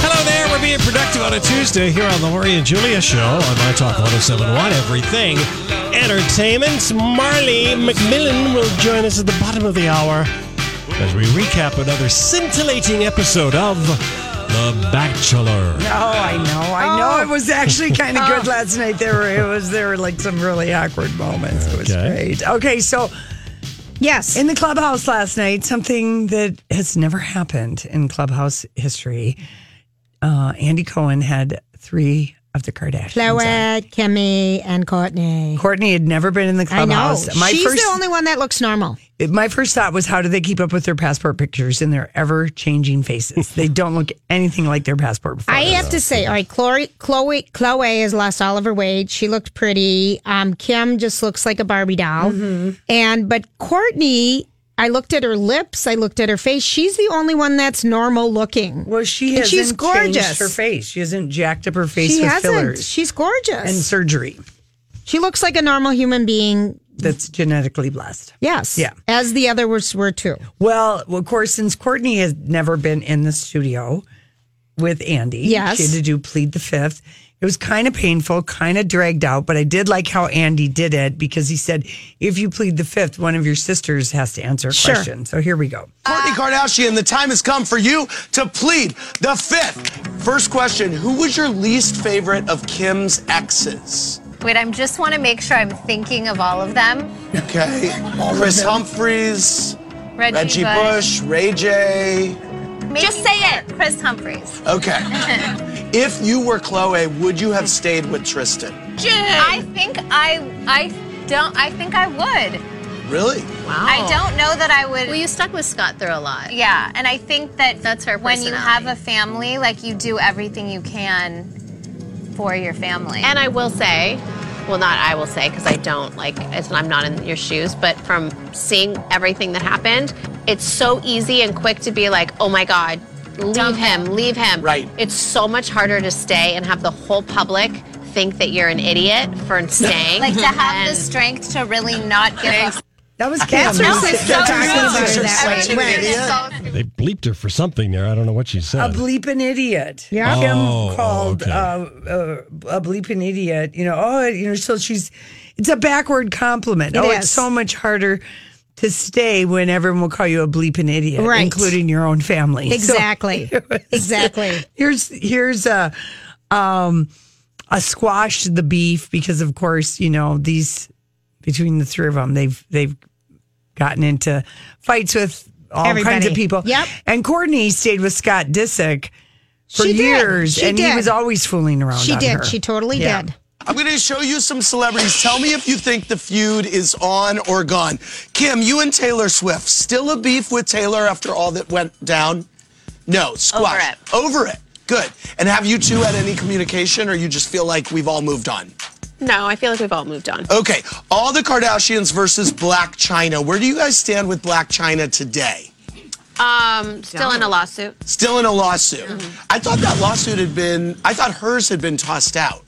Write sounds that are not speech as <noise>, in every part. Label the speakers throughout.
Speaker 1: Hello there. We're being productive on a Tuesday here on the Lori and Julia Show on My Talk 1071. Everything entertainment. Marley McMillan will join us at the bottom of the hour as we recap another scintillating episode of The Bachelor.
Speaker 2: Oh, I know, I
Speaker 3: Oh.
Speaker 2: know. It was actually kind
Speaker 3: <laughs>
Speaker 2: of good last night. There were it was there were like some really awkward moments. It was
Speaker 1: Okay.
Speaker 2: great. Okay, so
Speaker 3: Yes.
Speaker 2: in the clubhouse last night, something that has never happened in clubhouse history. Uh, Andy Cohen had three of the Kardashians.
Speaker 3: Chloe,
Speaker 2: on.
Speaker 3: Kimmy, and Courtney.
Speaker 2: Courtney had never been in the
Speaker 3: I know.
Speaker 2: clubhouse. My
Speaker 3: She's
Speaker 2: first
Speaker 3: the only one that looks normal.
Speaker 2: my first thought was how do they keep up with their passport pictures and their ever changing faces?
Speaker 3: <laughs>
Speaker 2: they don't look anything like their passport.
Speaker 3: I
Speaker 2: photos.
Speaker 3: have to say, all right, Chloe, Chloe, Chloe has lost all of her weight. She looked pretty. Um, Kim just looks like a Barbie doll.
Speaker 2: Mm-hmm.
Speaker 3: And but Courtney, I looked at her lips. I looked at her face. She's the only one that's normal looking.
Speaker 2: Well, she
Speaker 3: And
Speaker 2: hasn't
Speaker 3: she's gorgeous.
Speaker 2: changed her face. She hasn't jacked up her face
Speaker 3: she
Speaker 2: with
Speaker 3: hasn't.
Speaker 2: fillers
Speaker 3: She's gorgeous.
Speaker 2: and surgery
Speaker 3: she looks like a normal human being.
Speaker 2: that's genetically blessed.
Speaker 3: Yes.
Speaker 2: Yeah.
Speaker 3: As the other ones were too.
Speaker 2: Well, of course, since Courtney has never been in the studio with Andy,
Speaker 3: Yes.
Speaker 2: she had to do plead the fifth. It was kind of painful, kind of dragged out, but I did like how Andy did it because he said, if you plead the fifth, one of your sisters has to answer a
Speaker 3: Sure.
Speaker 2: question. So here we go.
Speaker 4: Courtney Kardashian, the time has come for you to plead the fifth. First question Who was your least favorite of Kim's exes?
Speaker 5: Wait, I just want to make sure I'm thinking of all of them.
Speaker 4: Okay. Chris Humphreys,
Speaker 5: Reggie,
Speaker 4: Reggie Bush, Ray J.
Speaker 5: Just say it. Chris Humphreys.
Speaker 4: Okay. if you were Chloe, would you have stayed with Tristan?
Speaker 5: I think I I don't I think I would.
Speaker 4: Really?
Speaker 5: I don't know that I would.
Speaker 6: Oh. Well, you stuck with Scott through a lot.
Speaker 5: yeah, and I think that
Speaker 6: That's her
Speaker 5: when you have a
Speaker 6: personality.
Speaker 5: family, like you do everything you can for your family.
Speaker 6: And I will say, well, not I will say because I don't like. It's, I'm not in your shoes, but from seeing everything that happened, it's so easy and quick to be like, oh my god, leave him, leave him.
Speaker 4: Right.
Speaker 6: It's so much harder to stay and have the whole public think that you're an idiot for staying.
Speaker 5: like to have the
Speaker 6: And-
Speaker 5: strength to really not give up.
Speaker 2: That was Kim.
Speaker 3: her sister
Speaker 2: That's
Speaker 3: talking
Speaker 2: Kim's
Speaker 3: about
Speaker 2: sister.
Speaker 3: her that way.
Speaker 5: Everything
Speaker 3: Right.
Speaker 5: is so-
Speaker 1: They bleeped her for something there. I don't know what she
Speaker 2: a
Speaker 1: said.
Speaker 2: bleeping idiot.
Speaker 3: Yeah.
Speaker 2: Kim
Speaker 1: Oh, oh,
Speaker 2: called
Speaker 1: okay.
Speaker 2: uh, uh, a bleeping idiot. You know, oh, you know, so she's. It's a backward compliment. oh, it's
Speaker 3: is.
Speaker 2: so much harder to stay when everyone will call you a bleeping idiot,
Speaker 3: Right.
Speaker 2: including your own family. So <laughs>
Speaker 3: Exactly. exactly.
Speaker 2: here's here's a um a squash the beef because of course you know these between the three of them they've they've gotten into fights with all kinds
Speaker 3: Everybody.
Speaker 2: of people.
Speaker 3: Yep.
Speaker 2: And Courtney stayed with Scott Disick for
Speaker 3: She did.
Speaker 2: years,
Speaker 3: She
Speaker 2: and he
Speaker 3: did.
Speaker 2: was always fooling around.
Speaker 3: She
Speaker 2: on
Speaker 3: did.
Speaker 2: her.
Speaker 3: She totally
Speaker 2: Yeah.
Speaker 3: did.
Speaker 4: I'm going to show you some celebrities. Tell me if you think the feud is on or gone. Kim, you and Taylor Swift, still a beef with Taylor after all that went down? No, squash. Over it. Good. And have you two had any communication or you just feel like we've all moved on?
Speaker 6: no, I feel like we've all moved on.
Speaker 4: Okay, all the Kardashians versus Black China. Where do you guys stand with Black China today?
Speaker 6: Um, still in a lawsuit.
Speaker 4: Still in a lawsuit. I thought that lawsuit had been, I thought hers had been tossed out.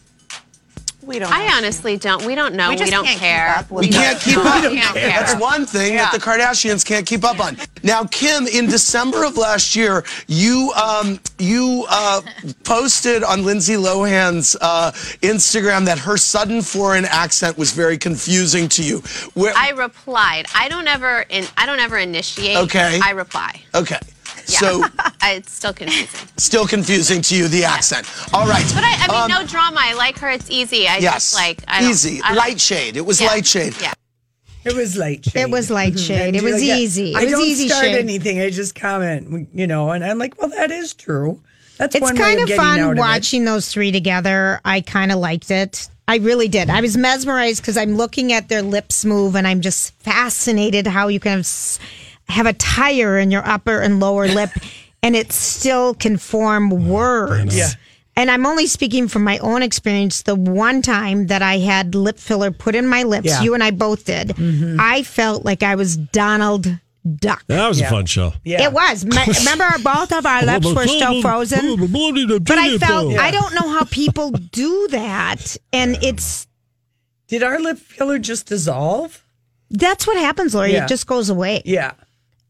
Speaker 6: I honestly don't. We don't know. We, don't care.
Speaker 4: We can't keep
Speaker 6: <laughs>
Speaker 4: up.
Speaker 6: can't care.
Speaker 4: That's one thing that the Kardashians can't keep up on. Now, Kim, in December of last year, you um, you uh, posted on Lindsay Lohan's uh, Instagram that her sudden foreign accent was very confusing to you. Where,
Speaker 6: I replied. I don't ever. In, I don't ever initiate.
Speaker 4: Okay.
Speaker 6: I reply.
Speaker 4: okay. So
Speaker 6: <laughs> I- it's still confusing.
Speaker 4: still confusing to you the accent. All right.
Speaker 6: But I, I mean,
Speaker 4: Um,
Speaker 6: no drama. I like her. It's easy. I
Speaker 4: yes.
Speaker 6: just like I don't-
Speaker 4: easy.
Speaker 6: I don't-
Speaker 4: light shade. It was
Speaker 6: Yeah.
Speaker 4: light shade.
Speaker 6: Yeah.
Speaker 2: It was light shade.
Speaker 3: It was light shade. It
Speaker 2: You're
Speaker 3: was
Speaker 2: like,
Speaker 3: easy.
Speaker 2: Mm-hmm. I
Speaker 3: It was
Speaker 2: don't
Speaker 3: easy
Speaker 2: start
Speaker 3: shade.
Speaker 2: anything. I just comment, you know, and I'm like, well, that is true. That's
Speaker 3: It's
Speaker 2: one way
Speaker 3: kind
Speaker 2: of
Speaker 3: of
Speaker 2: getting out
Speaker 3: fun
Speaker 2: of it.
Speaker 3: watching those three together. I kind of liked it. I really did. I was mesmerized because I'm looking at their lips move and I'm just fascinated how you can have, s- have a tire in your upper and lower
Speaker 2: <laughs>
Speaker 3: lip and it still can
Speaker 2: Oh,
Speaker 3: form words.
Speaker 2: Yeah.
Speaker 3: And I'm only speaking from my own experience. The one time that I had lip filler put in my lips,
Speaker 2: Yeah. Mm-hmm.
Speaker 3: you and I both did, I felt like I was Donald Duck.
Speaker 1: That was a fun show.
Speaker 2: Yeah.
Speaker 3: It was. Me-
Speaker 2: <laughs>
Speaker 3: Remember, our- both of our lips were still frozen. But I felt I don't know how
Speaker 2: <laughs>
Speaker 3: people do that, and it's
Speaker 2: Did our lip filler just dissolve?
Speaker 3: that's what happens, Lori.
Speaker 2: Yeah.
Speaker 3: It just goes away.
Speaker 2: Yeah.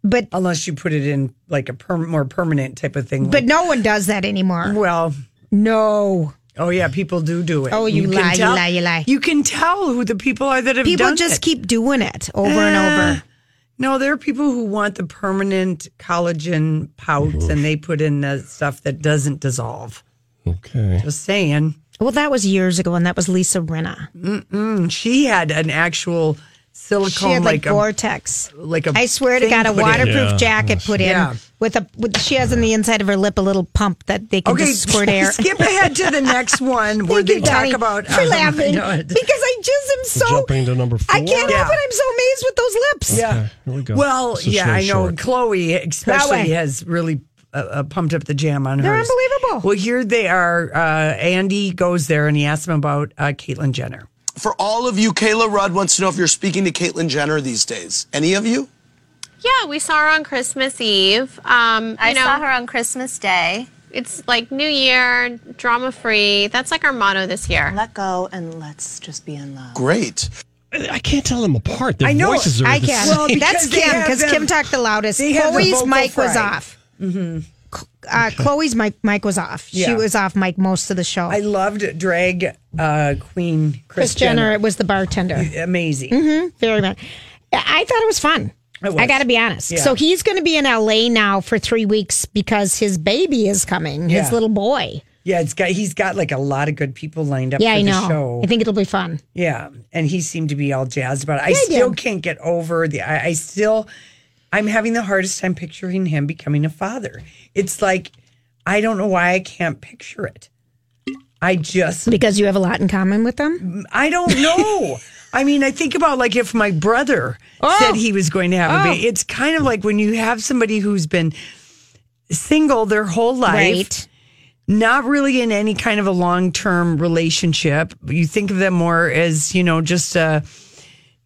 Speaker 3: But
Speaker 2: Unless you put it in like a per- more permanent type of thing.
Speaker 3: but
Speaker 2: like-
Speaker 3: no one does that anymore.
Speaker 2: well,
Speaker 3: No,
Speaker 2: oh yeah, people do do it.
Speaker 3: Oh, you
Speaker 2: can
Speaker 3: lie, you
Speaker 2: tell-
Speaker 3: lie, you lie.
Speaker 2: You can tell who the people are that have
Speaker 3: people
Speaker 2: done
Speaker 3: just
Speaker 2: it. Eh.
Speaker 3: keep doing it over and over.
Speaker 2: No, there are people who want the permanent collagen pouts and they put in the stuff that doesn't dissolve.
Speaker 1: Okay.
Speaker 2: Just saying.
Speaker 3: Well, that was years ago, and that was Lisa Rinna.
Speaker 2: She had an actual silicone
Speaker 3: She had like,
Speaker 2: like, a
Speaker 3: Vortex.
Speaker 2: like a
Speaker 3: I swear to
Speaker 2: thing
Speaker 3: God, a
Speaker 2: put in.
Speaker 3: waterproof
Speaker 1: Yeah.
Speaker 3: jacket put in
Speaker 2: Yeah.
Speaker 3: with a with, she has on the inside of her lip a little pump that they can just squirt air.
Speaker 2: <laughs> skip ahead to the
Speaker 3: <laughs>
Speaker 2: next one where
Speaker 3: Thank
Speaker 2: they
Speaker 3: you,
Speaker 2: talk
Speaker 3: Donnie,
Speaker 2: about <laughs>
Speaker 3: for
Speaker 2: um,
Speaker 3: laughing
Speaker 2: no, it-
Speaker 3: because I just am so
Speaker 1: Jumping to number
Speaker 3: I
Speaker 1: four?
Speaker 3: can't
Speaker 2: Yeah.
Speaker 3: help it. I'm so amazed with those lips.
Speaker 2: Yeah.
Speaker 1: Okay, here we go.
Speaker 2: Well,
Speaker 1: This is
Speaker 2: yeah,
Speaker 1: so
Speaker 2: I know.
Speaker 1: short.
Speaker 2: Chloe especially
Speaker 3: Chloe.
Speaker 2: has really uh, uh, pumped up the jam on her.
Speaker 3: They're unbelievable.
Speaker 2: Well, here they are. Uh, Andy goes there and he asks him about uh, Caitlyn Jenner.
Speaker 4: For all of you, Kayla Rudd wants to know if you're speaking to Caitlyn Jenner these days. Any of you?
Speaker 6: Yeah, we saw her on Christmas Eve. Um,
Speaker 5: I
Speaker 6: you know,
Speaker 5: saw her on Christmas Day.
Speaker 6: It's like New Year, drama free. That's like our motto this year.
Speaker 7: Let go and let's just be in
Speaker 6: Uh.
Speaker 7: love.
Speaker 4: Great.
Speaker 1: I can't tell them apart. Their voices are
Speaker 3: I
Speaker 1: the
Speaker 3: can.
Speaker 1: same.
Speaker 2: Well, because
Speaker 3: That's
Speaker 2: they
Speaker 3: Kim
Speaker 2: have
Speaker 3: because
Speaker 2: them-
Speaker 3: Kim talked the loudest.
Speaker 2: they have the
Speaker 3: Chloe's
Speaker 2: vocal
Speaker 3: mic was
Speaker 2: fry.
Speaker 3: off. Mm-hmm. Uh, Chloe's mic mic was off. She
Speaker 2: Yeah.
Speaker 3: was off mic most of the show.
Speaker 2: I loved drag uh, queen Chris,
Speaker 3: Chris Jenner, Mm-hmm. it was the bartender.
Speaker 2: Amazing.
Speaker 3: Very much. I thought it was fun.
Speaker 2: It was.
Speaker 3: I got to be honest. So he's going to be in LA now for three weeks because his baby is coming,
Speaker 2: Yeah.
Speaker 3: his little boy.
Speaker 2: Yeah, it's got he's got like a lot of good people lined up
Speaker 3: Yeah,
Speaker 2: for
Speaker 3: I
Speaker 2: the
Speaker 3: know.
Speaker 2: show.
Speaker 3: I think it'll be fun.
Speaker 2: Yeah, and he seemed to be all jazzed about it. I still
Speaker 3: did.
Speaker 2: can't get over the. I, I still, I'm having the hardest time picturing him becoming a father. It's like I don't know why I can't picture it. I just,
Speaker 3: Because you have a lot in common with them.
Speaker 2: I don't know. I mean, I think about like if my brother said he was going to have a baby. It's kind of like when you have somebody who's been single their whole life
Speaker 3: Right.
Speaker 2: not really in any kind of a long term relationship. You think of them more as, you know, just a,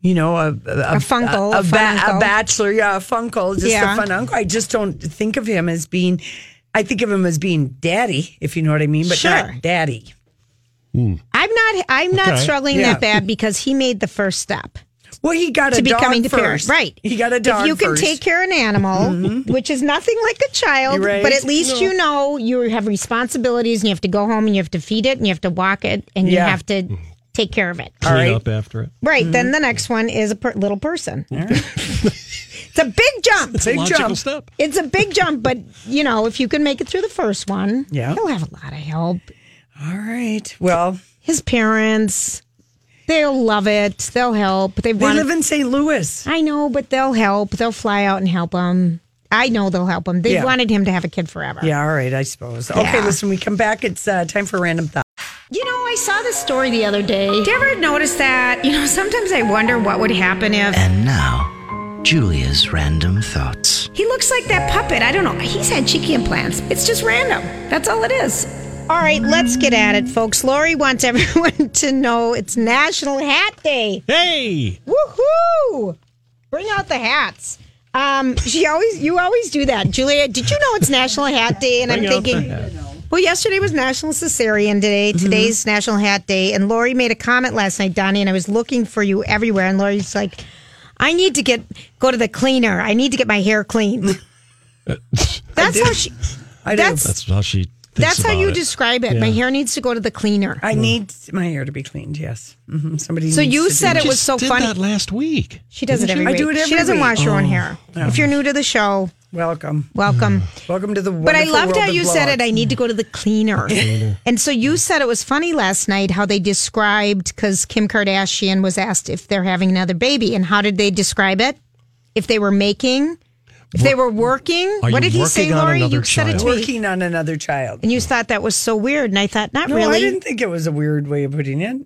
Speaker 2: you know, a, a, a
Speaker 3: funkle,
Speaker 2: a,
Speaker 3: a
Speaker 2: ba-
Speaker 3: fununcle.
Speaker 2: a bachelor, yeah, a funkle, just
Speaker 3: Yeah.
Speaker 2: a fun uncle. I just don't think of him as being, I think of him as being daddy, if you know what I mean, but
Speaker 3: Sure.
Speaker 2: not daddy.
Speaker 3: I'm not. I'm not
Speaker 1: Okay.
Speaker 3: struggling
Speaker 2: Yeah.
Speaker 3: that bad because he made the first step
Speaker 2: Well, he got
Speaker 3: to
Speaker 2: a dog
Speaker 3: becoming the parent.
Speaker 2: first.
Speaker 3: Right.
Speaker 2: He got a dog
Speaker 3: If you can
Speaker 2: first. Mm-hmm.
Speaker 3: take care of an animal, which is nothing like a child,
Speaker 2: You're right.
Speaker 3: but at least you know you have responsibilities and you have to go home and you have to feed it and you have to walk it and you
Speaker 2: Yeah. Mm-hmm.
Speaker 3: have to take care of it.
Speaker 1: Clean
Speaker 2: right.
Speaker 1: up after it.
Speaker 3: Right. Then the next one is a per- little person. <laughs> it's a big jump.
Speaker 2: Big
Speaker 1: Logical
Speaker 2: jump.
Speaker 1: step.
Speaker 3: It's a big jump, but you know, if you can make it through the first one,
Speaker 2: Yeah.
Speaker 3: he'll have a lot of help.
Speaker 2: All right. Well,
Speaker 3: His parents, they'll love it. They'll help. They
Speaker 2: they
Speaker 3: want.
Speaker 2: live in St. Louis.
Speaker 3: I know, but they'll help. They'll fly out and help him. I know they'll help him. They
Speaker 2: Yeah.
Speaker 3: wanted him to have a kid forever.
Speaker 2: Yeah, all right, I suppose. Okay,
Speaker 3: Yeah.
Speaker 2: listen, we come back. It's uh, time for random thoughts.
Speaker 7: You know, I saw this story the other day.
Speaker 3: Do you ever notice that? You know, sometimes I wonder what would happen if
Speaker 8: And now, Julia's random thoughts.
Speaker 3: he looks like that puppet. I don't know. He's had cheeky implants. It's just random. That's all it is. All right, let's get at it, folks. Lori wants <laughs> everyone to know it's National Hat Day.
Speaker 1: Hey!
Speaker 3: Woohoo! Bring out the hats. Um, she always, you always do that, Julia. Did you know it's National Hat Day? And I'm
Speaker 1: Bring out the
Speaker 3: thinking,
Speaker 1: hat.
Speaker 3: well, yesterday was National Cesarean Day. Today's National Hat Day. And Lori made a comment last night, Donnie, and I was looking for you everywhere. And Lori's like, I need to get go to the cleaner. I need to get my hair cleaned. that's how she.
Speaker 2: I do.
Speaker 3: That's
Speaker 1: That's how she thinks
Speaker 3: that's how
Speaker 1: about
Speaker 3: you
Speaker 1: it.
Speaker 3: describe it. My
Speaker 1: Yeah.
Speaker 3: hair needs to go to the cleaner.
Speaker 2: I need my hair to be cleaned. Yes. hmm Somebody.
Speaker 3: So
Speaker 2: needs
Speaker 3: you
Speaker 2: to do
Speaker 3: said
Speaker 2: that.
Speaker 3: it was
Speaker 1: Just
Speaker 3: so
Speaker 1: did
Speaker 3: funny.
Speaker 1: that last week.
Speaker 3: She does it every
Speaker 2: I
Speaker 3: week.
Speaker 2: do it
Speaker 3: she
Speaker 2: every
Speaker 3: doesn't
Speaker 2: week.
Speaker 3: wash her own hair. If you're new to the show,
Speaker 2: Welcome.
Speaker 3: Welcome.
Speaker 2: Welcome to the
Speaker 3: But I
Speaker 2: wonderful
Speaker 3: loved
Speaker 2: world
Speaker 3: how
Speaker 2: of
Speaker 3: you said
Speaker 2: blog.
Speaker 3: it. I need to go to the
Speaker 2: <laughs>
Speaker 3: cleaner. and so you said it was funny last night how they described because Kim Kardashian was asked if they're having another baby, and how did they describe it? If they were making, if they were working,
Speaker 1: Are
Speaker 3: what
Speaker 1: you
Speaker 3: did he say,
Speaker 1: working on
Speaker 3: Lori?
Speaker 1: another
Speaker 3: You said it to me,
Speaker 2: Working on another child.
Speaker 3: and you thought that was so weird, and I thought not
Speaker 2: No,
Speaker 3: really.
Speaker 2: I didn't think it was a weird way of putting it.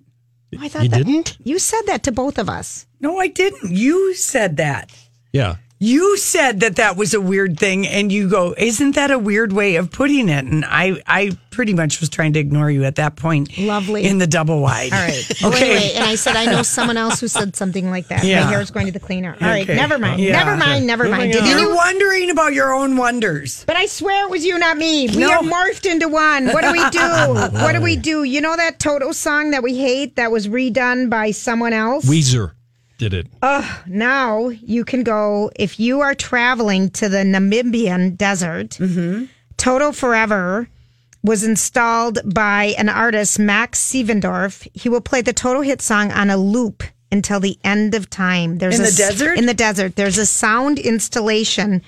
Speaker 3: I thought
Speaker 1: You
Speaker 3: that-
Speaker 1: didn't?
Speaker 3: You said that to both of us.
Speaker 2: No, I didn't. You said that.
Speaker 1: Yeah.
Speaker 2: You said that that was a weird thing, and you go, "Isn't that a weird way of putting it?" And I, I pretty much was trying to ignore you at that point.
Speaker 3: Lovely.
Speaker 2: In the double wide.
Speaker 3: All right.
Speaker 2: <laughs> Okay.
Speaker 3: Anyway, and I said, I know someone else who said something like that.
Speaker 2: Yeah.
Speaker 3: My hair is going to the cleaner. All right.
Speaker 2: Okay.
Speaker 3: Never mind.
Speaker 2: Yeah.
Speaker 3: Never mind. Never mind. Did
Speaker 2: <laughs> You're
Speaker 3: you?
Speaker 2: wondering about your own wonders.
Speaker 3: But I swear it was you, not me. We
Speaker 2: No.
Speaker 3: are morphed into one. What do we do?
Speaker 2: <laughs>
Speaker 3: what do we do? You know that Toto song that we hate that was redone by someone else?
Speaker 1: Weezer did it.
Speaker 3: Oh, now you can go if you are traveling to the Namibian desert.
Speaker 2: Mm-hmm.
Speaker 3: Toto Forever was installed by an artist Max Sievendorf. He will play the Toto hit song on a loop until the end of time. There's
Speaker 2: In
Speaker 3: a
Speaker 2: the
Speaker 3: s-
Speaker 2: desert?
Speaker 3: In the desert, there's a sound installation.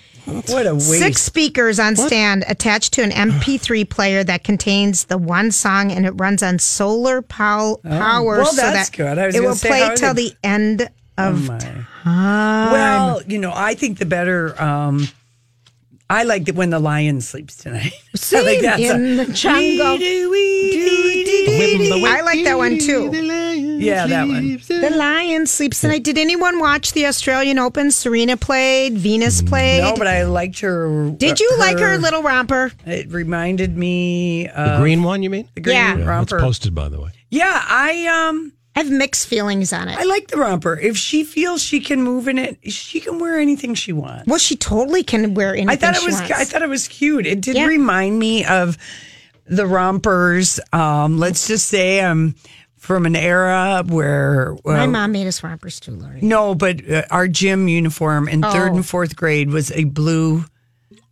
Speaker 2: What a waste.
Speaker 3: Six speakers on stand attached
Speaker 2: <sighs>
Speaker 3: to an MP3 player that contains the one song and it runs on solar pow- power.
Speaker 2: Oh. Well,
Speaker 3: so
Speaker 2: that's
Speaker 3: that
Speaker 2: good. I was
Speaker 3: it
Speaker 2: gonna
Speaker 3: will
Speaker 2: say, how Oh
Speaker 3: play
Speaker 2: are
Speaker 3: till
Speaker 2: they-
Speaker 3: the end of
Speaker 2: Well, you know, I think the better. um I like that when the lion sleeps tonight. <laughs> I
Speaker 3: Sing
Speaker 2: like that's a-
Speaker 3: in the jungle. I like that one too.
Speaker 2: Yeah, that one.
Speaker 3: The lion sleeps tonight. Did anyone watch the Australian Open? Serena played, Venus played.
Speaker 2: Mm, No, but I Uh, liked her.
Speaker 3: Did you like her little romper?
Speaker 2: It reminded me
Speaker 1: The
Speaker 2: of
Speaker 1: green one, you mean?
Speaker 2: the green
Speaker 3: Yeah.
Speaker 1: Yeah, it's
Speaker 2: romper.
Speaker 1: posted, by the way.
Speaker 2: yeah, I um,
Speaker 3: I have mixed feelings on
Speaker 2: I
Speaker 3: it.
Speaker 2: like the romper. If she feels she can move in it, she can wear anything she wants.
Speaker 3: Well, she totally can wear anything.
Speaker 2: I thought it
Speaker 3: she
Speaker 2: was.
Speaker 3: wants.
Speaker 2: I thought it was cute. It did
Speaker 3: Yeah.
Speaker 2: remind me of the rompers. Um, let's just say I'm from an era where
Speaker 3: My
Speaker 2: uh,
Speaker 3: mom made us rompers too, Lori.
Speaker 2: no, but uh, our gym uniform in third
Speaker 3: Oh.
Speaker 2: and fourth grade was a blue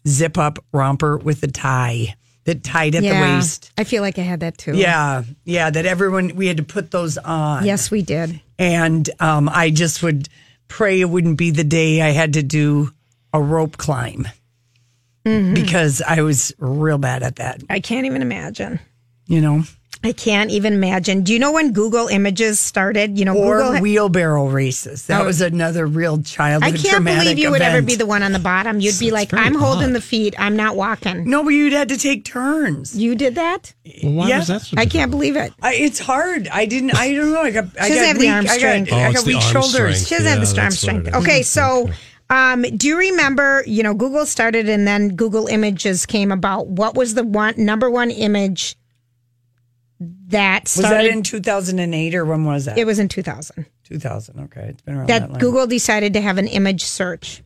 Speaker 2: zip up romper with a tie that tied at the waist.
Speaker 3: I feel like I had that too.
Speaker 2: Yeah, yeah. That everyone we had to put those on.
Speaker 3: Yes, we did.
Speaker 2: and um, I just would pray it wouldn't be the day I had to do a rope climb
Speaker 3: Mm-hmm.
Speaker 2: because I was real bad at that.
Speaker 3: I can't even imagine.
Speaker 2: You know,
Speaker 3: I can't even imagine. Do you know when Google Images started? You know,
Speaker 2: or
Speaker 3: Google.
Speaker 2: wheelbarrow races. That was another real
Speaker 3: Oh. I
Speaker 2: childhood.
Speaker 3: can't
Speaker 2: traumatic
Speaker 3: believe you would
Speaker 2: event.
Speaker 3: ever be the one on the bottom. You'd be like,
Speaker 1: very
Speaker 3: I'm holding
Speaker 1: odd.
Speaker 3: the feet. I'm not walking.
Speaker 2: No, but you'd had to take turns.
Speaker 3: You did that?
Speaker 1: Well, why
Speaker 2: Yeah.
Speaker 1: was that? so
Speaker 3: I can't believe it.
Speaker 2: I, it's hard. I didn't. I don't know. I got. I
Speaker 3: She doesn't
Speaker 2: got
Speaker 3: have the
Speaker 2: weak,
Speaker 3: arm strength.
Speaker 2: I got,
Speaker 1: Oh,
Speaker 2: I
Speaker 1: it's
Speaker 2: got
Speaker 1: the
Speaker 2: weak
Speaker 1: arm
Speaker 2: shoulders.
Speaker 1: strength.
Speaker 3: She doesn't have the storm
Speaker 1: Yeah, that's what it
Speaker 3: strength.
Speaker 1: is.
Speaker 3: Okay, so um, do you remember, you know, Google started and then Google Images came about. What was the one number one image that
Speaker 2: Was
Speaker 3: started?
Speaker 2: that in 2008 or when was that?
Speaker 3: it was in 2000
Speaker 2: 2000. Okay, it's been around Oh, that,
Speaker 3: that
Speaker 2: long.
Speaker 3: Google decided to have an image search.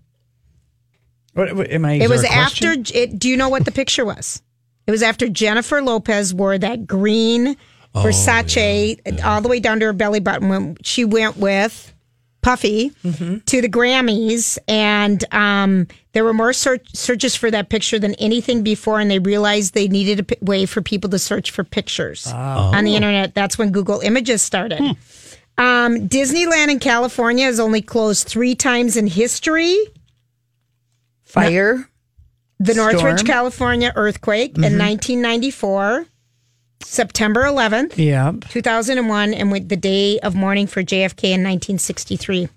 Speaker 2: What, what- am I?
Speaker 3: it was
Speaker 1: a question?
Speaker 3: after, it, do you know what the picture was? It was after Jennifer Lopez wore that green
Speaker 1: Oh,
Speaker 3: Versace all the way down to her belly button when she went with Puffy
Speaker 1: Mm-hmm.
Speaker 3: to the Grammys, and um, there were more search- searches for that picture than anything before, and they realized they needed a p- way for people to search for pictures on
Speaker 1: Oh.
Speaker 3: the internet. That's when Google Images started.
Speaker 1: Hmm.
Speaker 3: Um, Disneyland in California is only closed three times in history
Speaker 2: fire.
Speaker 3: the Northridge,
Speaker 2: Storm.
Speaker 3: California earthquake
Speaker 1: Mm-hmm.
Speaker 3: in 1994, September 11th,
Speaker 2: Yeah.
Speaker 3: 2001, and with the day of mourning for JFK in 1963.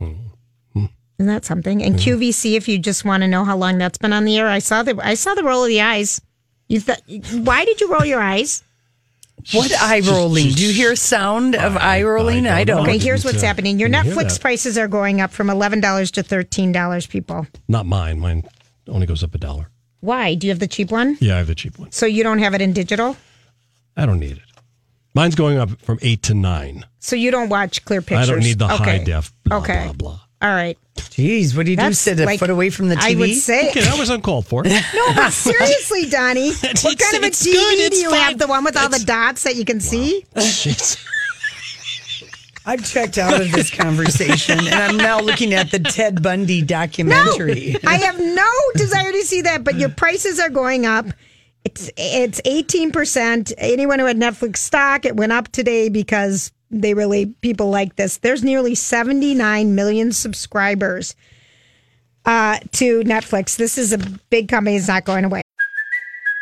Speaker 1: Mm-hmm.
Speaker 3: Isn't that something? And QVC, if you just want to know how long that's been on the air, I saw the I saw the roll of the eyes. You thought, why did you roll your eyes?
Speaker 2: What eye rolling? Do you hear sound of eye rolling? I don't.
Speaker 3: Okay,
Speaker 1: didn't,
Speaker 3: here's what's
Speaker 1: uh,
Speaker 3: happening. Your
Speaker 1: didn't hear
Speaker 3: Netflix
Speaker 1: that.
Speaker 3: prices are going up from eleven dollars to thirteen dollars. People,
Speaker 1: Not mine. Mine only goes up a dollar.
Speaker 3: why? Do you have the cheap one?
Speaker 1: Yeah, I have the cheap one.
Speaker 3: So you don't have it in digital.
Speaker 1: I don't need it. Mine's going up from eight to nine.
Speaker 3: So you don't watch clear pictures.
Speaker 1: I don't need the high
Speaker 3: Okay.
Speaker 1: def. Blah,
Speaker 3: okay.
Speaker 1: Blah blah.
Speaker 3: All right.
Speaker 2: Jeez, what do you do? Sit a
Speaker 3: like-
Speaker 2: foot away from the TV.
Speaker 3: I would say,
Speaker 1: Okay, that was
Speaker 3: <laughs>
Speaker 1: uncalled for.
Speaker 3: no,
Speaker 2: <laughs>
Speaker 3: but seriously, Donnie, what
Speaker 1: It's-
Speaker 3: kind of a
Speaker 1: it's
Speaker 3: TV
Speaker 1: good,
Speaker 3: do
Speaker 1: it's
Speaker 3: you
Speaker 1: fine.
Speaker 3: have? The one with all the dots that you can see?
Speaker 1: Jeez.
Speaker 2: I've checked out of this conversation, and I'm now looking at the Ted Bundy
Speaker 3: No,
Speaker 2: documentary.
Speaker 3: I have
Speaker 2: <laughs>
Speaker 3: no desire to see that. But your prices are going up. It's it's eighteen percent. Anyone who had Netflix stock, it went up today because they really people like this. There's nearly seventy nine million subscribers. uh, to Netflix. This is a big company. It's not going away.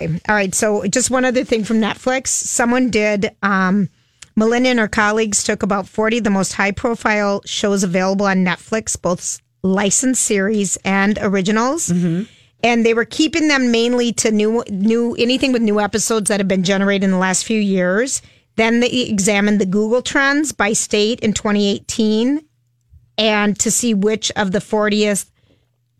Speaker 3: All right. So, just one other thing from Netflix. Someone did, um, Melinda and her colleagues took about 40 of the most high profile shows available on Netflix, both licensed series and originals. And they were keeping them mainly to new, new, anything with new episodes that have been generated in the last few years. Then they examined the Google trends by state in 2018 and to see which of the 40th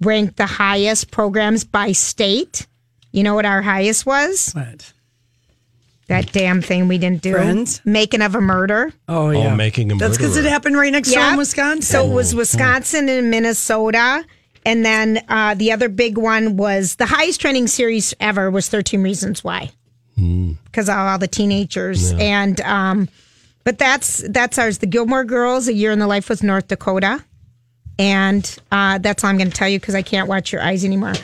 Speaker 3: ranked the highest programs by state. You know what our highest was?
Speaker 2: What?
Speaker 3: That damn thing we didn't do.
Speaker 2: Friends?
Speaker 3: Making of a murder.
Speaker 2: Oh yeah,
Speaker 1: making a
Speaker 2: That's because it
Speaker 1: murderer.
Speaker 2: happened right next door
Speaker 3: Yep.
Speaker 2: in Wisconsin.
Speaker 3: So it was Wisconsin and Minnesota. And then uh, the other big one was the highest trending series ever was 13 Reasons Why.
Speaker 2: Hmm.
Speaker 3: Because of all the teenagers. And, um, but that's, that's ours. The Gilmore Girls, A Year in the Life was North Dakota. And uh, that's all I'm going to tell you because I can't watch your eyes anymore.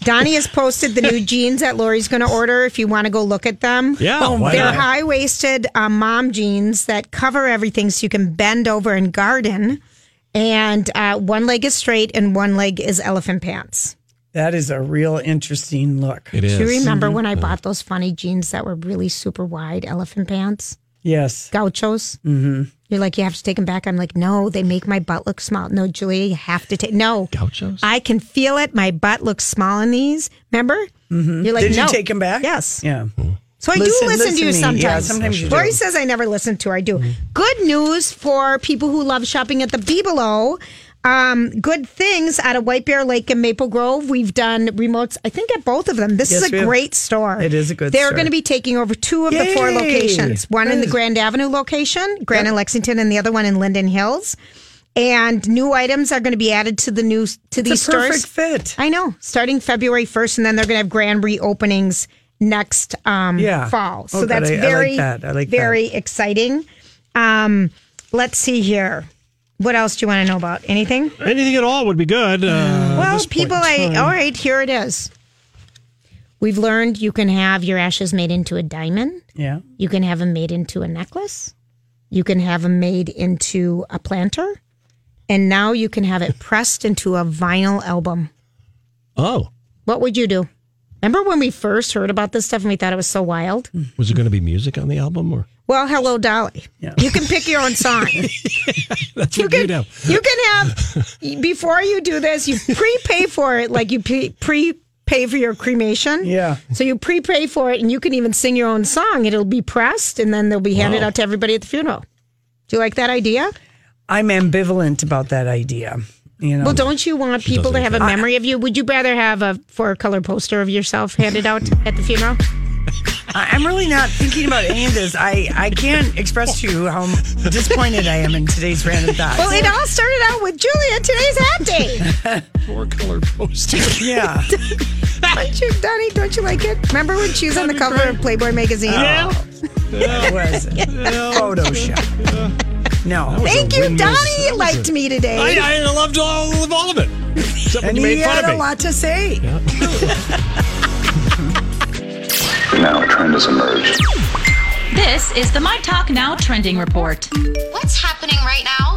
Speaker 3: Donnie has posted the
Speaker 2: <laughs>
Speaker 3: new jeans that Lori's going to order if you want to go look at them.
Speaker 1: Yeah, Oh, why
Speaker 3: They're
Speaker 1: not?
Speaker 3: high waisted uh, mom jeans that cover everything so you can bend over and garden. And uh, one leg is straight and one leg is elephant pants.
Speaker 2: that is a real interesting look.
Speaker 1: It
Speaker 3: Do you
Speaker 1: is.
Speaker 3: remember when I bought those funny jeans that were really super wide elephant pants?
Speaker 2: Yes.
Speaker 3: Gauchos? Mm-hmm. You're like, you have to take them back. I'm like, no, they make my butt look small. No, Julia, you have to take. No.
Speaker 1: Gauchos?
Speaker 3: I can feel it. My butt looks small in these. Remember? Mm-hmm. You're like,
Speaker 2: Did
Speaker 3: no.
Speaker 2: you take him back?
Speaker 3: Yes.
Speaker 2: Yeah.
Speaker 3: So I
Speaker 2: Listen-
Speaker 3: do listen, to you
Speaker 2: listening.
Speaker 3: sometimes.
Speaker 2: Yeah, sometimes you do.
Speaker 3: Lori says I never listen to her. I do. Good news for people who love shopping at the Bee Below. Um, good things out of White Bear Lake and Maple Grove. We've done remotes, I think, at both of them. This
Speaker 2: Yes,
Speaker 3: is
Speaker 2: we
Speaker 3: a
Speaker 2: have.
Speaker 3: great store.
Speaker 2: It is a good
Speaker 3: They're
Speaker 2: store.
Speaker 3: going to be taking over two of the four
Speaker 2: Yay.
Speaker 3: locations one in the
Speaker 2: Good.
Speaker 3: Grand Avenue location, Grand and Lexington, and the other one in Linden Hills. And new items are going to be added to the new to these
Speaker 2: It's a perfect
Speaker 3: stores.
Speaker 2: fit.
Speaker 3: I know. Starting February 1st, and then they're going to have grand reopenings next um,
Speaker 2: Yeah.
Speaker 3: fall. So
Speaker 2: Oh, good.
Speaker 3: that's
Speaker 2: I- I like
Speaker 3: very,
Speaker 2: that. I like
Speaker 3: very exciting. Um, let's see here. What else do you want to know about?
Speaker 2: Uh,
Speaker 3: Anything?
Speaker 1: Anything at all would be good. Uh,
Speaker 3: well, people, I, all right, here it is. We've learned you can have your ashes made into a diamond.
Speaker 2: Yeah.
Speaker 3: You can have them made into a necklace. You can have them made into a planter. And now you can have it pressed into a vinyl album.
Speaker 1: oh,
Speaker 3: What would you do? Remember when we first heard about this stuff and we thought it was so wild?
Speaker 1: was there going to be music on the
Speaker 2: <laughs>
Speaker 1: album or?
Speaker 3: Well, hello, Dolly.
Speaker 2: Yeah.
Speaker 3: You can pick your own song.
Speaker 1: That's
Speaker 3: you
Speaker 1: what
Speaker 3: can
Speaker 1: you'd have.
Speaker 3: you can have before you do this, you prepay for it, like you pre- prepay for your cremation.
Speaker 2: Yeah.
Speaker 3: So you prepay for it, and you can even sing your own song. It'll be pressed, and then they'll be handed out to everybody at the funeral. Do you like that idea?
Speaker 2: I'm ambivalent about that idea. You know.
Speaker 3: Well, don't you want people to have a memory of you? Would you rather have a four-color poster of yourself handed out at the funeral?
Speaker 2: I- I'm really not thinking about any of this. I, I can't express to you how disappointed I am in today's random thoughts.
Speaker 3: Well, it all started out with Julia. Today's hat day.
Speaker 1: Four color poster.
Speaker 2: <laughs> yeah.
Speaker 3: Don't you, Donnie, don't you like it? Remember when she was on the cover of Playboy magazine?
Speaker 2: It was Photoshop. No.
Speaker 3: Thank you,
Speaker 1: Windows-
Speaker 3: Donnie. You
Speaker 1: that was
Speaker 3: liked
Speaker 1: a-
Speaker 3: me today.
Speaker 1: I, I loved all, all of it. Except when
Speaker 2: And
Speaker 1: you
Speaker 2: he
Speaker 1: made fun
Speaker 2: had
Speaker 1: of me.
Speaker 2: a lot to say.
Speaker 9: Now a trend has emerged.
Speaker 10: This is the My Talk Now trending report.
Speaker 5: What's happening right now?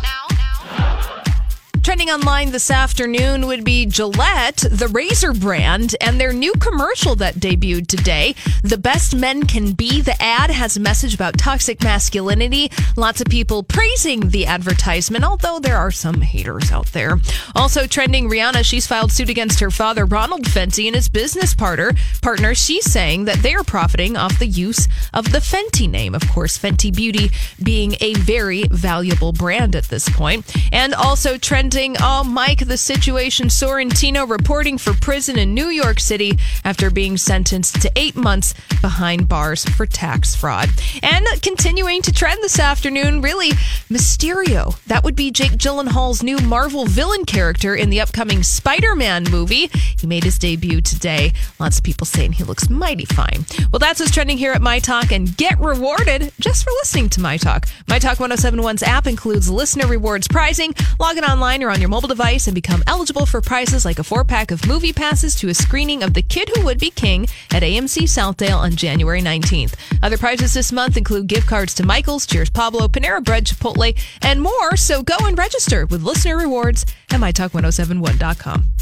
Speaker 11: Trending online this afternoon would be Gillette, the razor brand, and their new commercial that debuted today. The best men can be. The ad has a message about toxic masculinity. Lots of people praising the advertisement, although there are some haters out there. Also trending, Rihanna, she's filed suit against her father, Ronald Fenty, and his business partner. Partner, she's saying that they are profiting off the use of the Fenty name. Of course, Fenty Beauty being a very valuable brand at this point. And also trending, oh, Mike, the situation Sorrentino reporting for prison in New York City after being sentenced to eight months behind bars for tax fraud. And continuing to trend this afternoon, really, Mysterio. That would be Jake Gyllenhaal's new Marvel villain character in the upcoming Spider Man movie. He made his debut today. Lots of people saying he looks mighty fine. Well, that's what's trending here at My Talk, and get rewarded just for listening to My Talk. My Talk 1071's app includes listener rewards pricing. Log in online or on your mobile device and become eligible for prizes like a four pack of movie passes to a screening of The Kid Who Would Be King at AMC Southdale on January 19th. Other prizes this month include gift cards to Michaels, Cheers Pablo, Panera Bread, Chipotle, and more. So go and register with listener rewards at mytalk1071.com.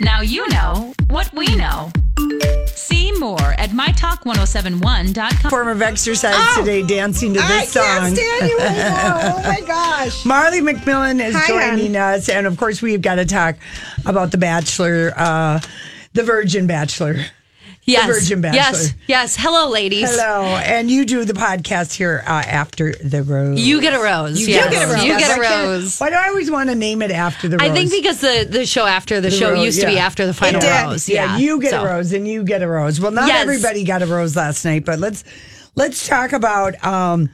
Speaker 12: Now you know what we know. See more at mytalk1071.com.
Speaker 2: Form of exercise today, dancing to
Speaker 12: I
Speaker 2: this song.
Speaker 12: can't stand you
Speaker 3: anymore. Oh, my
Speaker 2: gosh! Marley McMillan is
Speaker 3: Hi, hon.
Speaker 2: joining us, and of course, we've got to talk about the Bachelor, uh, the Virgin Bachelor,
Speaker 11: Yes.
Speaker 2: the Virgin Bachelor.
Speaker 11: Yes. Yes. Hello, ladies.
Speaker 2: Hello, and you do the podcast here uh, after the rose.
Speaker 13: You get a rose,
Speaker 2: You
Speaker 13: yes.
Speaker 2: do get a rose.
Speaker 13: You get a
Speaker 2: Why can't-
Speaker 13: rose.
Speaker 2: Why do I always want to name it after the rose?
Speaker 13: I think because the, the show after the, show
Speaker 2: rose,
Speaker 13: used to be
Speaker 2: yeah.
Speaker 13: after the final
Speaker 2: It did.
Speaker 13: rose. Yeah,
Speaker 2: you get
Speaker 13: so.
Speaker 2: a rose and you get a rose. Well, not
Speaker 13: Yes.
Speaker 2: everybody got a rose last night, but let's let's talk about um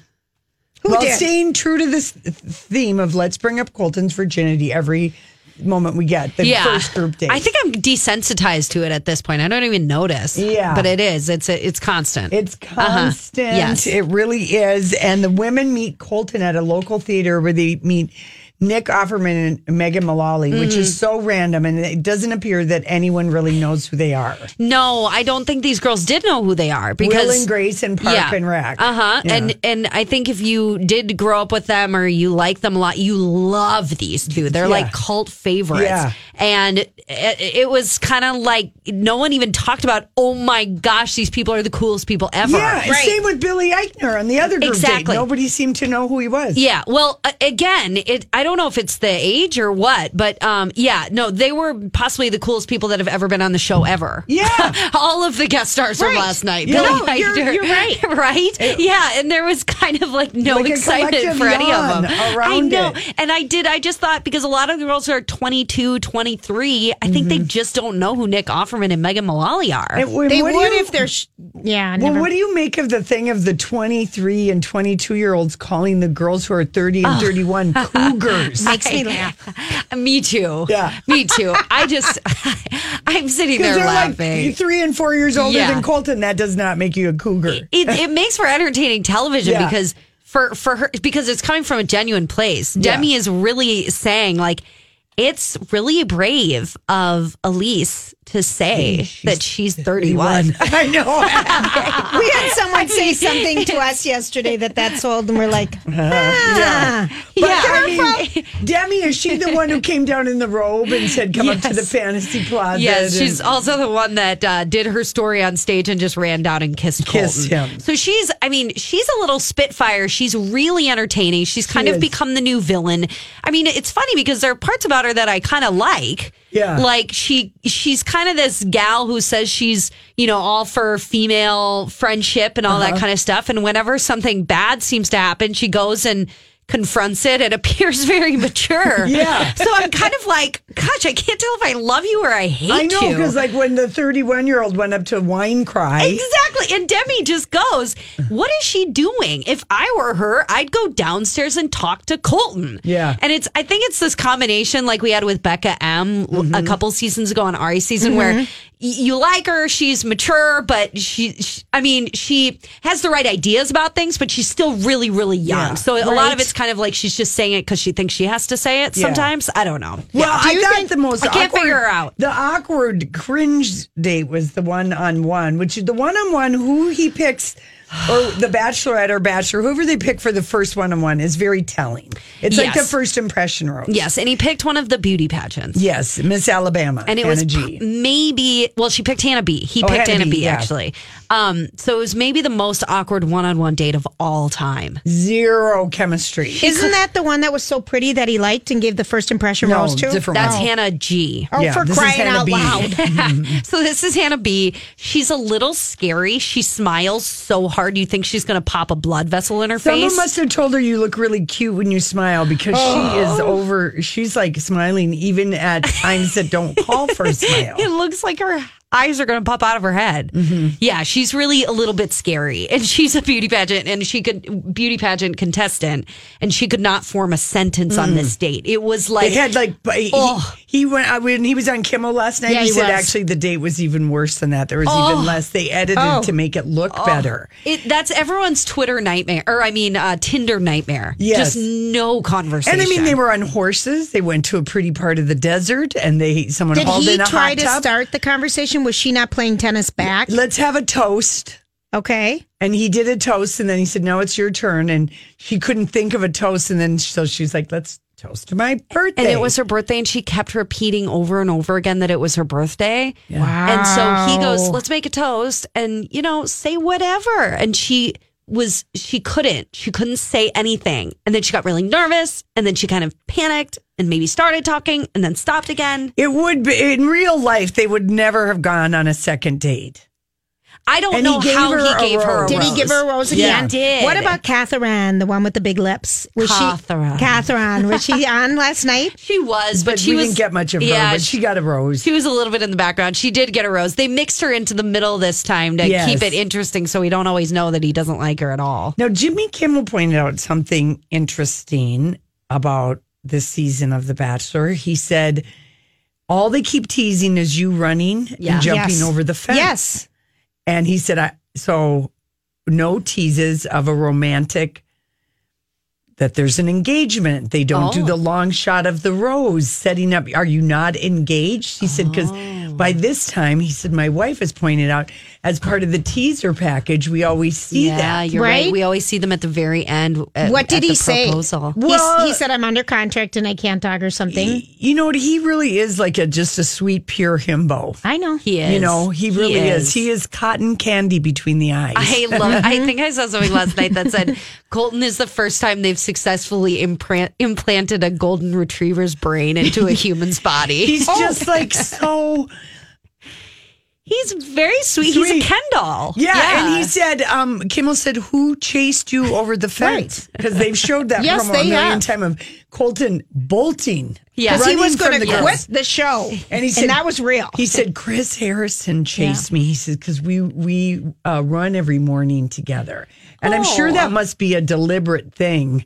Speaker 3: Who
Speaker 2: well,
Speaker 3: did?
Speaker 2: staying true to this theme of let's bring up Colton's virginity every moment we get the
Speaker 13: yeah.
Speaker 2: first group date.
Speaker 13: I think I'm desensitized to it at this point. I don't even notice.
Speaker 2: Yeah.
Speaker 13: but it is. It's a, it's constant.
Speaker 2: It's constant.
Speaker 13: Uh-huh. Yes.
Speaker 2: It really is. And the women meet Colton at a local theater where they meet Nick Offerman and Megan Mullally, which is
Speaker 13: Mm.
Speaker 2: so random. And it doesn't appear that anyone really knows who they are.
Speaker 13: No, I don't think these girls did know who they are because
Speaker 2: Will and Grace and Park and Rec.
Speaker 13: Uh huh.
Speaker 2: Yeah.
Speaker 13: And and I think if you did grow up with them or you like them a lot, you love these two. They're
Speaker 2: Yeah.
Speaker 13: like cult favorites.
Speaker 2: Yeah.
Speaker 13: And it, it was kind of like no one even talked about. Oh my gosh, these people are the coolest people ever.
Speaker 2: Yeah, and same with Billy Eichner on the other group
Speaker 13: Exactly.
Speaker 2: date. Nobody seemed to know who he was.
Speaker 13: Yeah. Well, a- again, it I don't know if it's the age or what, but um, yeah, no, they were possibly the coolest people that have ever been on the show ever.
Speaker 2: Yeah.
Speaker 13: <laughs> All of the guest stars
Speaker 2: Right.
Speaker 13: from last night.
Speaker 2: Yeah.
Speaker 13: Billy
Speaker 2: No, you're-
Speaker 13: Eichner.
Speaker 2: you're right.
Speaker 13: <laughs> right? Yeah. And there was kind of like no
Speaker 2: Like a
Speaker 13: excitement
Speaker 2: collective
Speaker 13: for any of
Speaker 2: yawn
Speaker 13: them. I
Speaker 2: around
Speaker 13: know.
Speaker 2: it.
Speaker 13: And I did, I just thought because a lot of the girls who are 22, 23, I think
Speaker 2: Mm-hmm.
Speaker 13: they just don't know who Nick Offerman and Megan Mullally are.
Speaker 2: And wh- They what do would you- if they're sh-
Speaker 3: yeah.
Speaker 2: Well, what do you make of the thing of the 23 and 22 year olds calling the girls who are 30
Speaker 13: <laughs>
Speaker 2: and 31 cougars?
Speaker 13: Makes me laugh. <laughs> Me too.
Speaker 2: Yeah.
Speaker 13: Me too. I just, <laughs> I'm sitting
Speaker 2: Because
Speaker 13: there
Speaker 2: they're
Speaker 13: laughing.
Speaker 2: like three and four years older
Speaker 13: Yeah.
Speaker 2: than Colton. That does not make you a cougar.
Speaker 13: it, it makes for entertaining television
Speaker 2: Yeah.
Speaker 13: because for for her because it's coming from a genuine place. Demi is really saying like it's really brave of Elise to say that she's 31.
Speaker 2: <laughs> I know.
Speaker 13: <laughs>
Speaker 3: we had someone say something to us yesterday that that's old, and we're like, ah.
Speaker 2: But
Speaker 13: Yeah.
Speaker 2: I mean, Demi, is she the
Speaker 13: <laughs>
Speaker 2: one who came down in the robe and said, come up to the
Speaker 13: Yes.
Speaker 2: fantasy closet?
Speaker 13: Yes,
Speaker 2: and-
Speaker 13: she's also the one that uh, did her story on stage and just ran down and kissed,
Speaker 2: Kissed
Speaker 13: Colton.
Speaker 2: him.
Speaker 13: So she's, I mean, she's a little spitfire. She's really entertaining. She's kind of
Speaker 2: is.
Speaker 13: become the new villain. I mean, it's funny because there are parts about her that I kind of like.
Speaker 2: Yeah.
Speaker 13: like she she's kind of this gal who says she's you know all for female friendship and all
Speaker 2: Uh-huh.
Speaker 13: that kind of stuff. And whenever something bad seems to happen, she goes and. Confronts it. It <laughs> appears very mature. <laughs>
Speaker 2: <laughs> Yeah.
Speaker 13: So I'm kind of like, gosh, I can't tell if I love you or I hate
Speaker 2: I know,
Speaker 13: you.
Speaker 2: because like when the 31 year old went up to Wine Cry.
Speaker 13: Exactly. And Demi just goes, What is she doing? If I were her, I'd go downstairs and talk to Colton.
Speaker 2: Yeah.
Speaker 13: And it's, I think it's this combination like we had with Becca M a
Speaker 2: Mm-hmm.
Speaker 13: couple seasons ago on Ari's season where y- you like her, she's mature, but she, sh I mean, she has the right ideas about things, but she's still really, really young.
Speaker 2: Yeah.
Speaker 13: so a lot
Speaker 2: Right.
Speaker 13: of it's kind of like she's just saying it because she thinks she has to say it
Speaker 2: Yeah.
Speaker 13: sometimes. I don't know.
Speaker 2: Well,
Speaker 13: Do
Speaker 2: I
Speaker 13: you
Speaker 2: thought
Speaker 13: think-
Speaker 2: the most
Speaker 13: I can't
Speaker 2: awkward-
Speaker 13: figure her out.
Speaker 2: The
Speaker 13: <sighs>
Speaker 2: awkward cringe date was the one on one, which the one on one who he picks or the bachelorette or bachelor, whoever they pick for the first one on one is very telling. It's like the
Speaker 13: Yes.
Speaker 2: first impression rose.
Speaker 13: Yes, and he picked one of the beauty pageants.
Speaker 2: Yes, Miss Alabama.
Speaker 13: And it
Speaker 2: Hannah
Speaker 13: was
Speaker 2: G.
Speaker 13: p- maybe well, she picked Hannah B. He
Speaker 2: Oh,
Speaker 13: picked
Speaker 2: Hannah
Speaker 13: Hannah,
Speaker 2: B,
Speaker 13: B.
Speaker 2: yeah.
Speaker 13: actually. Um, so it was maybe the most awkward one-on-one date of all time.
Speaker 2: zero chemistry.
Speaker 3: Isn't that the one that was so pretty that he liked and gave the first impression
Speaker 2: No,
Speaker 3: rose to?
Speaker 2: different
Speaker 13: That's Hannah G.
Speaker 3: Oh,
Speaker 2: Yeah,
Speaker 3: for
Speaker 2: this is
Speaker 3: crying
Speaker 2: Hannah
Speaker 3: out
Speaker 2: B. <laughs>
Speaker 3: loud.
Speaker 13: So this is Hannah B. She's a little scary. She smiles so hard you think she's going to pop a blood vessel in her
Speaker 2: Someone
Speaker 13: face.
Speaker 2: must have told her you look really cute when you smile because she
Speaker 13: Oh.
Speaker 2: is over. She's like smiling even at times that don't call
Speaker 13: <laughs>
Speaker 2: for a smile.
Speaker 13: it looks like her eyes are going to pop out of her head.
Speaker 2: Mm-hmm.
Speaker 13: Yeah, she's really a little bit scary, <laughs> and she's a beauty pageant and she could beauty pageant contestant, and she could not form a sentence on this date. It was like
Speaker 2: They Mm. had like but he,
Speaker 13: Oh.
Speaker 2: he went I, when he was on Kimmel last night.
Speaker 3: Yeah,
Speaker 2: he,
Speaker 3: he
Speaker 2: said
Speaker 3: was.
Speaker 2: actually the date was even worse than that. There was
Speaker 13: Oh.
Speaker 2: even less. They edited
Speaker 13: Oh.
Speaker 2: to make it look better.
Speaker 13: It, that's everyone's Twitter nightmare, or I mean, uh, Tinder nightmare.
Speaker 2: Yes.
Speaker 13: Just no conversation.
Speaker 2: And I mean, they were on horses. They went to a pretty part of the desert, and they someone
Speaker 3: Did
Speaker 2: hauled
Speaker 3: he
Speaker 2: in a
Speaker 3: try
Speaker 2: hot
Speaker 3: to
Speaker 2: tub.
Speaker 3: start the conversation? Was she not playing tennis back?
Speaker 2: Let's have a toast.
Speaker 3: Okay.
Speaker 2: And he did a toast, and then he said, "No, it's your turn." And she couldn't think of a toast, and then so she's like, "Let's toast to my birthday."
Speaker 13: And it was her birthday, and she kept repeating over and over again that it was her birthday.
Speaker 3: Wow.
Speaker 13: And so he goes, "Let's make a toast," and you know, say whatever. And she was, she couldn't, she couldn't say anything. And then she got really nervous, and then she kind of panicked, and maybe started talking, and then stopped again.
Speaker 2: It would be in real life. They would never have gone on a second date.
Speaker 13: I don't
Speaker 2: And he
Speaker 13: know
Speaker 2: gave
Speaker 13: how
Speaker 2: her a
Speaker 13: he gave her.
Speaker 2: rose.
Speaker 13: A
Speaker 3: Did he
Speaker 13: rose.
Speaker 3: give her a rose
Speaker 13: Yeah.
Speaker 3: again?
Speaker 13: He did.
Speaker 3: What about Catherine, the one with the big lips? Was she
Speaker 13: Catherine.
Speaker 3: Catherine? Was she on last night?
Speaker 13: She was, but,
Speaker 2: But
Speaker 13: she
Speaker 2: we
Speaker 13: was,
Speaker 2: didn't get much of
Speaker 13: yeah,
Speaker 2: her, but she got a rose.
Speaker 13: She was a little bit in the background. She did get a rose. They mixed her into the middle this time to
Speaker 2: Yes.
Speaker 13: keep it interesting so we don't always know that he doesn't like her at all.
Speaker 2: Now, Jimmy Kimmel pointed out something interesting about this season of The Bachelor. He said, All they keep teasing is you running
Speaker 13: Yeah.
Speaker 2: and jumping
Speaker 3: Yes.
Speaker 2: over the fence.
Speaker 3: Yes.
Speaker 2: And he said, I, So no teases of a romantic. That there's an engagement. They don't do
Speaker 13: Oh.
Speaker 2: the long shot of the rose setting up. Are you not engaged? He said, because by this time, he said, my wife has pointed out as part of the teaser package, we always see
Speaker 13: yeah,
Speaker 2: that.
Speaker 13: you're right?
Speaker 3: Right?
Speaker 13: We always see them at the very end. uh, at-
Speaker 3: What did
Speaker 13: at
Speaker 3: he
Speaker 13: the
Speaker 3: say?
Speaker 13: Proposal.
Speaker 3: He-
Speaker 2: Well-
Speaker 3: he said, I'm under contract and I can't talk or something.
Speaker 2: you know what? He really is like a just a sweet, pure himbo.
Speaker 3: I know.
Speaker 13: He is.
Speaker 2: You know, he really is. He is cotton candy between the eyes. <laughs>
Speaker 13: I love. I think I saw something last night that said Colton is the first time they've successfully implant, implanted a golden retriever's brain into a human's body. <laughs>
Speaker 2: He's just like so.
Speaker 13: he's very sweet.
Speaker 2: Sweet.
Speaker 13: He's a Ken doll.
Speaker 2: Yeah, and he said, um, Kimmel said, "Who chased you over the fence?" Because they've showed that
Speaker 3: Yes,
Speaker 2: promo
Speaker 3: they
Speaker 2: a million
Speaker 3: have.
Speaker 2: times of Colton bolting.
Speaker 13: Yeah.
Speaker 3: He
Speaker 13: 'Cause
Speaker 2: running
Speaker 3: was
Speaker 2: from
Speaker 3: going to
Speaker 2: the girls.
Speaker 3: quit the show.
Speaker 2: And he said
Speaker 3: that was real.
Speaker 2: <laughs> He said Chris Harrison chased me. He said because we we uh, run every morning together, and I'm sure
Speaker 13: Oh.
Speaker 2: that must be a deliberate thing.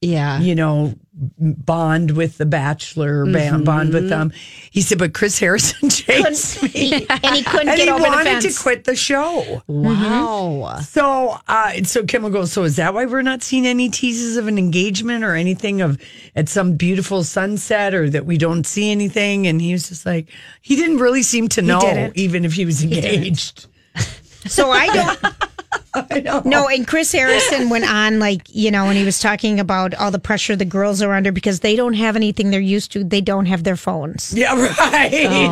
Speaker 13: yeah.
Speaker 2: you know, bond with the bachelor, ban-
Speaker 3: Mm-hmm.
Speaker 2: bond with them. He said, but Chris Harrison <laughs> chased me.
Speaker 3: He- <laughs> and he couldn't
Speaker 2: And
Speaker 3: get
Speaker 2: he
Speaker 3: over the
Speaker 2: wanted
Speaker 3: fence.
Speaker 2: to quit the show.
Speaker 13: Wow.
Speaker 2: So, uh, so Kimmel goes, so is that why we're not seeing any teases of an engagement or anything of at some beautiful sunset or that we don't see anything? And he was just like, he didn't really seem to know,
Speaker 3: didn't.
Speaker 2: even if he was engaged. <laughs>
Speaker 3: So I don't. No, and Chris Harrison went on like you know, when he was talking about all the pressure the girls are under because they don't have anything they're used to. They don't have their phones.
Speaker 2: Yeah, right.
Speaker 3: They don't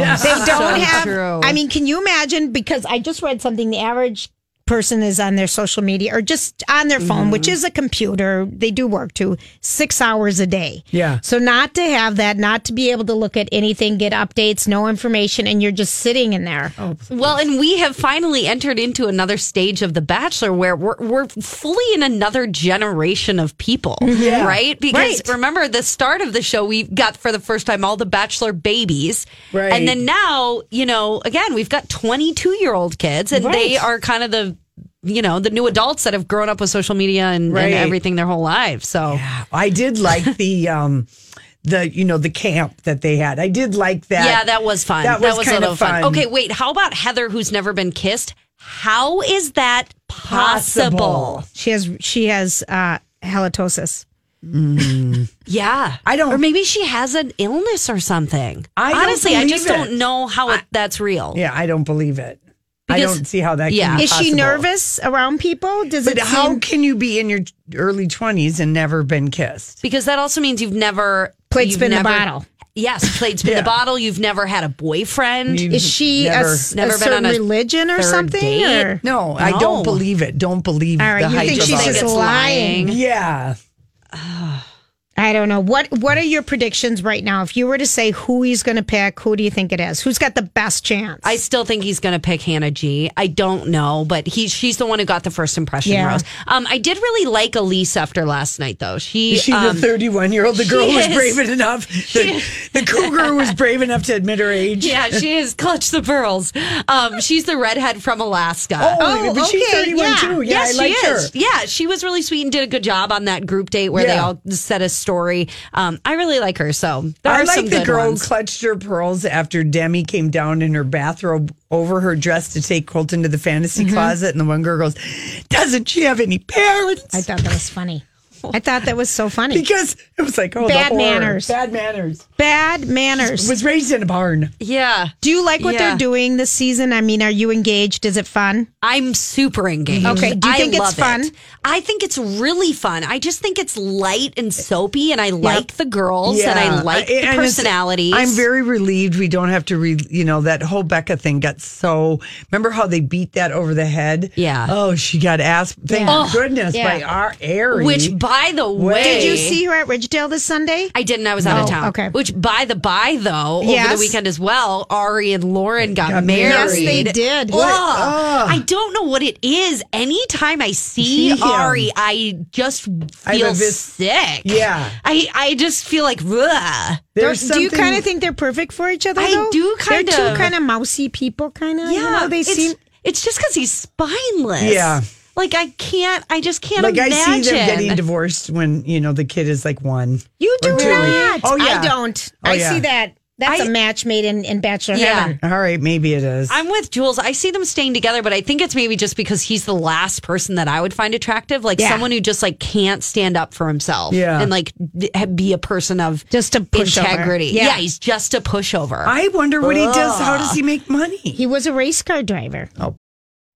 Speaker 3: have.
Speaker 13: true.
Speaker 3: I mean, can you imagine? Because I just read something. The average person is on their social media or just on their phone, which
Speaker 2: Mm-hmm.
Speaker 3: is a computer. They do work to six hours a day.
Speaker 2: Yeah.
Speaker 3: So not to have that, not to be able to look at anything, get updates, no information, and you're just sitting in there.
Speaker 13: Well, and we have finally entered into another stage of The Bachelor where we're, we're fully in another generation of people, right? Because
Speaker 3: Right.
Speaker 13: remember, the start of the show, we got for the first time all the Bachelor babies.
Speaker 2: Right.
Speaker 13: And then now, you know, again, we've got 22 year old kids, and they
Speaker 3: Right.
Speaker 13: are kind of the, you know, the new adults that have grown up with social media and,
Speaker 2: Right.
Speaker 13: and everything their whole lives. So,
Speaker 2: I did like
Speaker 13: <laughs>
Speaker 2: the um the you know the camp that they had. I did like that.
Speaker 13: yeah, that was fun.
Speaker 2: That
Speaker 13: That
Speaker 2: was
Speaker 13: was, a
Speaker 2: kinda
Speaker 13: little fun.
Speaker 2: fun.
Speaker 13: Okay, wait. How about Heather, who's never been kissed? How is that possible?
Speaker 3: She has she has uh, halitosis.
Speaker 13: Yeah,
Speaker 2: I don't-
Speaker 13: Or maybe she has an illness or something.
Speaker 2: I don't
Speaker 13: honestly, I
Speaker 2: believe
Speaker 13: just
Speaker 2: it.
Speaker 13: don't know how it, that's real.
Speaker 2: Yeah, I don't believe it. I don't see how that can
Speaker 3: Yeah.
Speaker 2: be
Speaker 3: Is she
Speaker 2: possible.
Speaker 3: nervous around people? Does
Speaker 2: But
Speaker 3: it
Speaker 2: how
Speaker 3: seem-
Speaker 2: can you be in your early 20s and never been kissed?
Speaker 13: Because that also means you've never
Speaker 3: Played
Speaker 13: you've
Speaker 3: spin the
Speaker 13: never-
Speaker 3: bottle.
Speaker 13: Yes, played spin
Speaker 3: Yeah.
Speaker 13: the bottle. You've never had a boyfriend.
Speaker 2: You've Is she a never- s-
Speaker 3: a certain religion or
Speaker 13: third
Speaker 3: something,
Speaker 13: date?
Speaker 3: or-
Speaker 2: No, I don't believe it. Don't believe
Speaker 3: All right,
Speaker 2: the
Speaker 3: you
Speaker 2: hype
Speaker 3: think she's
Speaker 2: about
Speaker 3: just
Speaker 2: it.
Speaker 3: lying.
Speaker 2: Yeah.
Speaker 3: I don't know. What What are your predictions right now? If you were to say who he's going to pick, who do you think it is? Who's got the best chance?
Speaker 13: I still think he's going to pick Hannah G. I don't know, but he she's the one who got the first impression
Speaker 3: Yeah.
Speaker 13: rose. Um, I did really like Elise after last night, though. She
Speaker 2: Is she
Speaker 13: um,
Speaker 2: the 31 year old? The
Speaker 13: she
Speaker 2: girl was
Speaker 13: is. <laughs>
Speaker 2: brave enough. The, the cougar was brave enough to admit her age.
Speaker 13: Yeah, she is clutch the pearls. Um, she's the redhead from Alaska.
Speaker 2: Oh, Oh, but she's okay, 31
Speaker 13: yeah.
Speaker 2: too. Yeah,
Speaker 13: yes,
Speaker 2: I liked
Speaker 13: she is.
Speaker 2: her.
Speaker 13: Yeah, she was really sweet and did a good job on that group date where they
Speaker 2: Yeah.
Speaker 13: all said a story. Um, I really like her. So there
Speaker 2: I
Speaker 13: are some
Speaker 2: like the
Speaker 13: good
Speaker 2: girl
Speaker 13: ones.
Speaker 2: clutched her pearls after Demi came down in her bathrobe over her dress to take Colton to the fantasy
Speaker 13: Mm-hmm.
Speaker 2: closet. And the one girl goes, Doesn't she have any parents?
Speaker 3: I thought that was funny. I thought that was so funny.
Speaker 2: Because it was like, oh, the
Speaker 3: bad
Speaker 2: horror.
Speaker 3: manners.
Speaker 2: Bad manners.
Speaker 3: Bad manners.
Speaker 2: Was raised in a barn.
Speaker 13: Yeah.
Speaker 3: Do you like what
Speaker 13: Yeah.
Speaker 3: they're doing this season? I mean, are you engaged? Is it fun?
Speaker 13: I'm super engaged.
Speaker 3: Okay, do you
Speaker 13: I
Speaker 3: think it's
Speaker 13: love
Speaker 3: fun?
Speaker 13: it. I think it's really fun. I just think it's light and soapy, and I like the girls, and I like
Speaker 2: and
Speaker 13: the
Speaker 2: it's-
Speaker 13: personalities.
Speaker 2: I'm very relieved we don't have to read, you know, that whole Becca thing got so. Remember how they beat that over the head?
Speaker 13: Yeah.
Speaker 2: Oh, she got asked, thank
Speaker 13: Yeah. Oh,
Speaker 2: goodness,
Speaker 13: yeah.
Speaker 2: by our Aerie.
Speaker 13: Which, by the way,
Speaker 3: Did you see her at Ridgedale this Sunday?
Speaker 13: I didn't. I was out of
Speaker 3: Oh,
Speaker 13: town.
Speaker 3: okay.
Speaker 13: Which, by the by, though, over
Speaker 3: Yes.
Speaker 13: the weekend as well, Ari and Lauren got,
Speaker 2: Got married.
Speaker 13: married.
Speaker 3: Yes, they did.
Speaker 13: Ugh.
Speaker 3: What?
Speaker 2: Ugh.
Speaker 13: I don't know what it is. Anytime I see
Speaker 2: See him.
Speaker 13: Ari, I just
Speaker 2: I have
Speaker 13: feel
Speaker 2: a vis-
Speaker 13: sick.
Speaker 2: Yeah.
Speaker 13: I, I just feel like, ugh.
Speaker 3: Don't-
Speaker 2: There's
Speaker 3: do you
Speaker 2: something-
Speaker 3: kind of think they're perfect for each other?
Speaker 13: I
Speaker 3: though?
Speaker 13: do kind
Speaker 3: They're
Speaker 13: of.
Speaker 3: two kind of mousy people, kind of.
Speaker 13: Yeah,
Speaker 3: you know, they
Speaker 13: it's,
Speaker 3: seem.
Speaker 13: It's just because he's spineless.
Speaker 2: Yeah.
Speaker 13: Like I can't. I just can't
Speaker 2: like
Speaker 13: imagine.
Speaker 2: I see them getting divorced when you know the kid is like one.
Speaker 3: You do
Speaker 2: or two.
Speaker 3: not.
Speaker 2: Oh yeah.
Speaker 3: I don't.
Speaker 2: Oh,
Speaker 3: I
Speaker 2: yeah.
Speaker 3: see that. That's a
Speaker 13: I-
Speaker 3: match made in in Bachelor
Speaker 13: Yeah.
Speaker 3: Heaven.
Speaker 2: All right, maybe it is.
Speaker 13: I'm with Jules. I see them staying together, but I think it's maybe just because he's the last person that I would find attractive, like
Speaker 3: Yeah.
Speaker 13: someone who just like can't stand up for himself,
Speaker 2: Yeah.
Speaker 13: and like d- be a person of
Speaker 3: Just a pushover.
Speaker 13: integrity.
Speaker 3: Yeah.
Speaker 13: Yeah. he's just a pushover.
Speaker 2: I wonder what he does. How does he make money?
Speaker 3: He was a race car driver.
Speaker 2: Oh.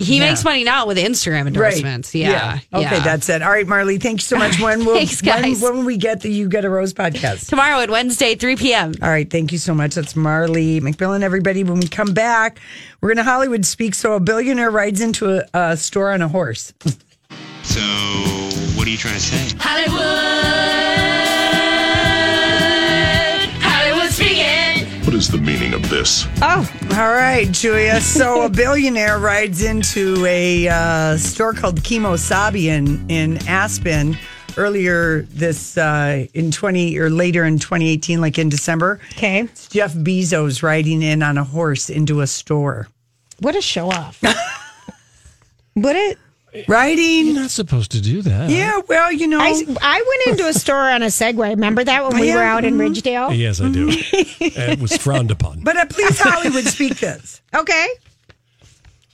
Speaker 13: he makes money now with Instagram endorsements. Yeah.
Speaker 2: Okay,
Speaker 13: yeah.
Speaker 2: that's it. All right, Marley, thank you so
Speaker 13: <laughs>
Speaker 2: much. When will
Speaker 13: Thanks, guys.
Speaker 2: When, when will we get the You Get a Rose podcast?
Speaker 13: tomorrow at Wednesday, three p.m.
Speaker 2: All right, thank you so much. That's Marley McMillan, everybody. When we come back, we're going to Hollywood speak. So a billionaire rides into a, a store on a horse.
Speaker 14: So, what are you trying to say?
Speaker 12: Hollywood. Hollywood speaking.
Speaker 9: What is the meaning of this?
Speaker 2: Oh, all right, Julia. So a billionaire rides into a uh, store called Chemosabi in, in Aspen earlier this uh, in 20 or later in 2018, like in December.
Speaker 3: Okay.
Speaker 2: It's Jeff Bezos riding in on a horse into a store.
Speaker 3: What a show
Speaker 2: <laughs>
Speaker 3: off. Would it?
Speaker 2: Riding.
Speaker 1: You're not supposed to do that.
Speaker 2: Yeah, well, you know.
Speaker 3: I, I went into a store on a Segway. Remember that when we
Speaker 2: Oh, Yeah. Mm-hmm.
Speaker 3: were out in Ridgedale?
Speaker 1: Yes, I
Speaker 2: <laughs>
Speaker 1: do. it was frowned upon.
Speaker 2: but uh, please, Hollywood, speak this.
Speaker 3: Okay.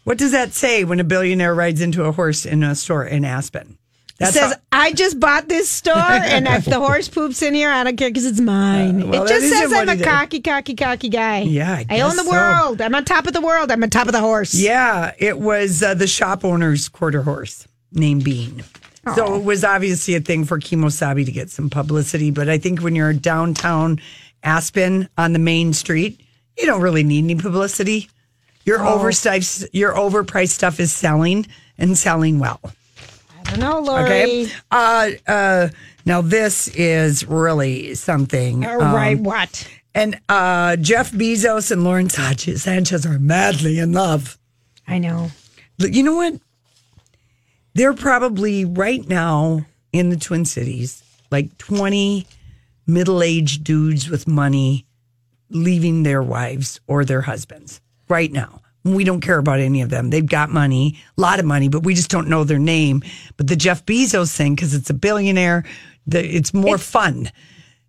Speaker 2: What does that say when a billionaire rides into a horse in a store in Aspen? That
Speaker 3: says I just bought this
Speaker 2: <laughs>
Speaker 3: store, and if the horse poops in here, I don't care because it's mine.
Speaker 2: Uh, well,
Speaker 3: it
Speaker 2: that
Speaker 3: just
Speaker 2: isn't
Speaker 3: says I'm
Speaker 2: what
Speaker 3: a
Speaker 2: it is.
Speaker 3: cocky, cocky, cocky guy.
Speaker 2: Yeah, I
Speaker 3: I, own
Speaker 2: guess
Speaker 3: the
Speaker 2: so.
Speaker 3: world. I'm on top of the world. I'm on top of the horse.
Speaker 2: Yeah, it was uh, the shop owner's quarter horse named Bean. So it was obviously a thing for Kimosabi to get some publicity, but I think when you're downtown Aspen on the main street, you don't really need any publicity. Your overpriced your overpriced stuff is selling and selling well.
Speaker 3: I don't know, Lori.
Speaker 2: Okay. Uh, uh, now this is really something.
Speaker 3: All right,
Speaker 2: um,
Speaker 3: what?
Speaker 2: And uh, Jeff Bezos and Lauren Sanchez, Sanchez are madly in love.
Speaker 3: I know.
Speaker 2: But you know what? They're probably right now in the Twin Cities, like 20 middle aged dudes with money leaving their wives or their husbands right now. We don't care about any of them. They've got money, a lot of money, but we just don't know their name. But the Jeff Bezos thing, because it's a billionaire, the, it's more fun.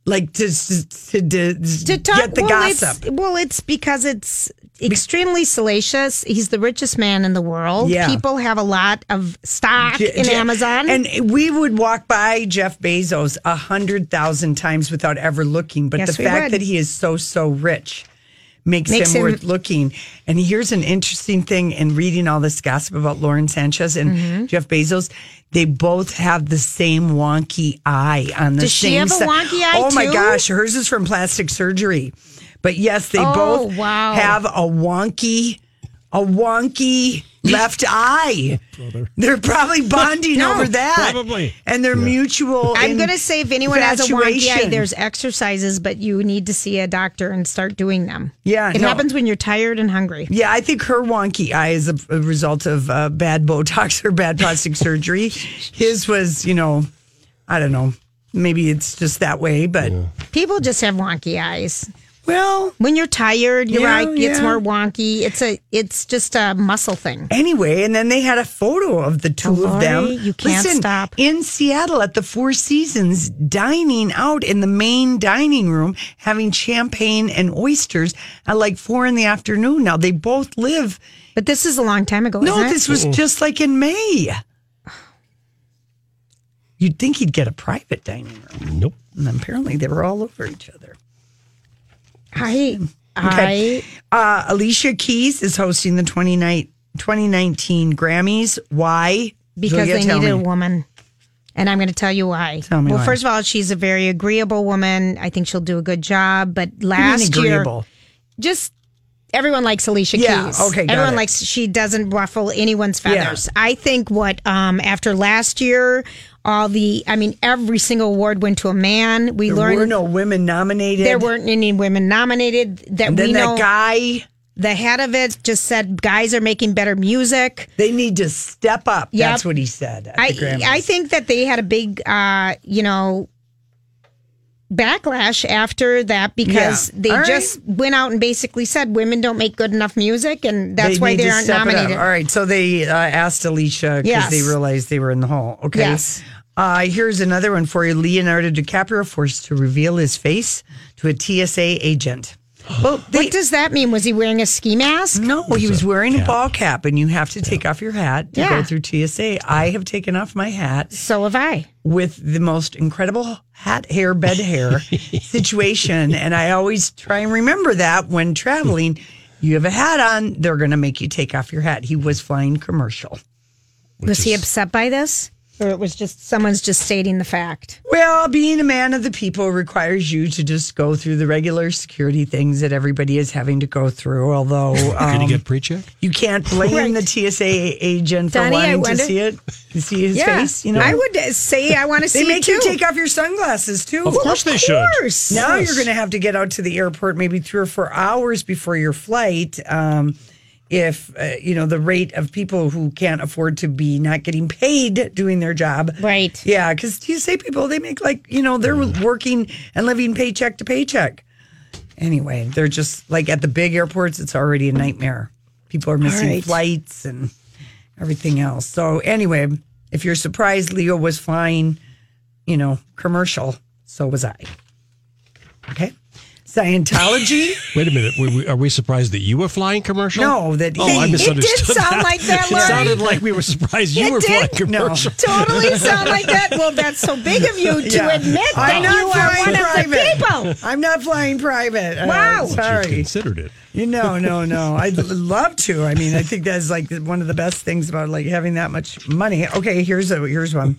Speaker 2: Like to, to, to,
Speaker 3: to talk,
Speaker 2: get the
Speaker 3: well,
Speaker 2: gossip.
Speaker 3: It's, well, it's because it's extremely salacious. He's the richest man in the world.
Speaker 2: Yeah.
Speaker 3: People have a lot of stock
Speaker 2: Je-
Speaker 3: in
Speaker 2: Je-
Speaker 3: Amazon.
Speaker 2: And we would walk by Jeff Bezos a hundred thousand times without ever looking. But
Speaker 3: Yes,
Speaker 2: the
Speaker 3: we
Speaker 2: fact
Speaker 3: would.
Speaker 2: that he is so so rich makes,
Speaker 3: Makes
Speaker 2: him,
Speaker 3: him-
Speaker 2: worth looking. And here's an interesting thing in reading all this gossip about Lauren Sanchez and
Speaker 3: Mm-hmm.
Speaker 2: Jeff Bezos. They both have the same wonky eye on the
Speaker 3: Does
Speaker 2: same
Speaker 3: she have a
Speaker 2: si-
Speaker 3: wonky eye,
Speaker 2: Oh my
Speaker 3: too?
Speaker 2: gosh, hers is from plastic surgery. But yes, they
Speaker 3: Oh,
Speaker 2: both
Speaker 3: wow.
Speaker 2: have a wonky
Speaker 3: <laughs>
Speaker 2: a wonky left eye. They're probably bonding
Speaker 3: No,
Speaker 2: over that. Probably. And their mutual.
Speaker 3: I'm going to say if anyone has a wonky eye,
Speaker 2: infatuation.
Speaker 3: there's exercises, but you need to see a doctor and start doing them.
Speaker 2: Yeah,
Speaker 3: It
Speaker 2: no.
Speaker 3: happens when you're tired and hungry.
Speaker 2: Yeah, I think her wonky eye is a, a result of uh, bad Botox <laughs> or bad plastic surgery. His was, you know, I don't know. Maybe it's just that way, but
Speaker 3: People just have wonky eyes.
Speaker 2: well,
Speaker 3: When you're tired, your
Speaker 2: Yeah,
Speaker 3: eye gets
Speaker 2: yeah.
Speaker 3: more wonky. It's a it's just a muscle thing.
Speaker 2: Anyway, and then they had a photo of the two of
Speaker 3: Lori,
Speaker 2: them.
Speaker 3: you can't
Speaker 2: Listen,
Speaker 3: stop.
Speaker 2: In Seattle at the Four Seasons, dining out in the main dining room, having champagne and oysters at like four in the afternoon. Now, they both live.
Speaker 3: But this is a long time ago.
Speaker 2: No,
Speaker 3: isn't it?
Speaker 2: this was just like in May. You'd think he'd get a private dining room. Nope. And apparently they were all over each other.
Speaker 3: I
Speaker 2: Okay.
Speaker 3: I
Speaker 2: Uh, Alicia Keys is hosting the 29 2019 Grammys. Why?
Speaker 3: because
Speaker 2: Julia,
Speaker 3: they
Speaker 2: tell
Speaker 3: needed a
Speaker 2: me.
Speaker 3: woman. And I'm going to tell you why.
Speaker 2: Tell me
Speaker 3: well,
Speaker 2: why.
Speaker 3: first of all, she's a very agreeable woman. I think she'll do a good job. But last year,
Speaker 2: Agreeable.
Speaker 3: just everyone likes Alicia
Speaker 2: Yeah,
Speaker 3: Keys.
Speaker 2: okay, got
Speaker 3: everyone
Speaker 2: it.
Speaker 3: likes she doesn't ruffle anyone's
Speaker 2: Yeah.
Speaker 3: feathers. I think what um after last year, all the I mean every single award went to a man. We
Speaker 2: There
Speaker 3: learned
Speaker 2: were no women nominated.
Speaker 3: there weren't any women nominated that
Speaker 2: And
Speaker 3: we
Speaker 2: then that
Speaker 3: know.
Speaker 2: guy,
Speaker 3: the head of it just said guys are making better music.
Speaker 2: they need to step up.
Speaker 3: Yep.
Speaker 2: That's what he said. At the
Speaker 3: I
Speaker 2: Grammys.
Speaker 3: I think that they had a big uh, you know backlash after that because
Speaker 2: Yeah.
Speaker 3: they
Speaker 2: All right.
Speaker 3: just went out and basically said women don't make good enough music and that's
Speaker 2: They
Speaker 3: why
Speaker 2: need
Speaker 3: they
Speaker 2: to
Speaker 3: aren't
Speaker 2: step it up.
Speaker 3: nominated.
Speaker 2: All right. So they uh, asked Alicia because
Speaker 3: Yes.
Speaker 2: they realized they were in the hole. Okay.
Speaker 3: Yes.
Speaker 2: Uh, here's another one for you. Leonardo DiCaprio forced to reveal his face to a TSA agent. Well, they,
Speaker 3: What does that mean? Was he wearing a ski mask?
Speaker 2: no, he was wearing a ball cap, and you have to take off your hat to
Speaker 3: Yeah.
Speaker 2: go through TSA. I have taken off my hat
Speaker 3: So have I.
Speaker 2: with the most incredible hat hair bed
Speaker 14: <laughs>
Speaker 2: hair situation and i always try and remember that when traveling you have a hat on they're going to make you take off your hat he was flying commercial
Speaker 3: was he upset by this? Or it was just someone's just stating the fact.
Speaker 2: well being a man of the people requires you to just go through the regular security things that everybody is having to go through
Speaker 14: <laughs>
Speaker 2: although
Speaker 14: Did he
Speaker 2: um,
Speaker 14: get pre-check?
Speaker 2: you can't blame the tsa agent for
Speaker 3: Donnie, I
Speaker 2: wanting to
Speaker 3: wonder-
Speaker 2: see it to see his face you know
Speaker 3: I would uh, say I want to see
Speaker 2: they make
Speaker 3: too.
Speaker 2: you take off your sunglasses too
Speaker 14: Of course they should.
Speaker 3: course.
Speaker 2: Now
Speaker 14: Yes.
Speaker 2: you're going to have to get out to the airport maybe three or four hours before your flight. Um, if uh, you know the rate of people who can't afford to be not getting paid doing their job,
Speaker 3: Right.
Speaker 2: Yeah, because you say people they make like you know they're working and living paycheck to paycheck. Anyway, they're just like at the big airports. It's already a nightmare. People are missing
Speaker 3: right.
Speaker 2: flights and everything else. So anyway, if you're surprised, Leo was flying, you know, commercial. So was I. Okay.
Speaker 1: <laughs>
Speaker 2: Scientology?
Speaker 14: Wait a minute. We, we, are we surprised that you were flying commercial?
Speaker 2: No, that
Speaker 14: Oh,
Speaker 2: he-
Speaker 14: I
Speaker 2: It did
Speaker 14: misunderstood.
Speaker 3: sound like that,
Speaker 14: It
Speaker 3: Lori.
Speaker 14: sounded like we were surprised you
Speaker 3: It
Speaker 14: were
Speaker 3: did?
Speaker 14: flying
Speaker 2: No.
Speaker 14: commercial.
Speaker 3: <laughs> totally sound like that. Well, that's so big of you to
Speaker 2: Yeah.
Speaker 3: admit that
Speaker 2: I'm not
Speaker 3: you are one
Speaker 2: flying
Speaker 3: of the people.
Speaker 2: I'm not flying private. Uh,
Speaker 3: Wow.
Speaker 14: But You
Speaker 2: sorry.
Speaker 14: considered it.
Speaker 2: You know, no, no. I'd love to. I mean, I think that's like one of the best things about like having that much money. Okay, here's a here's one.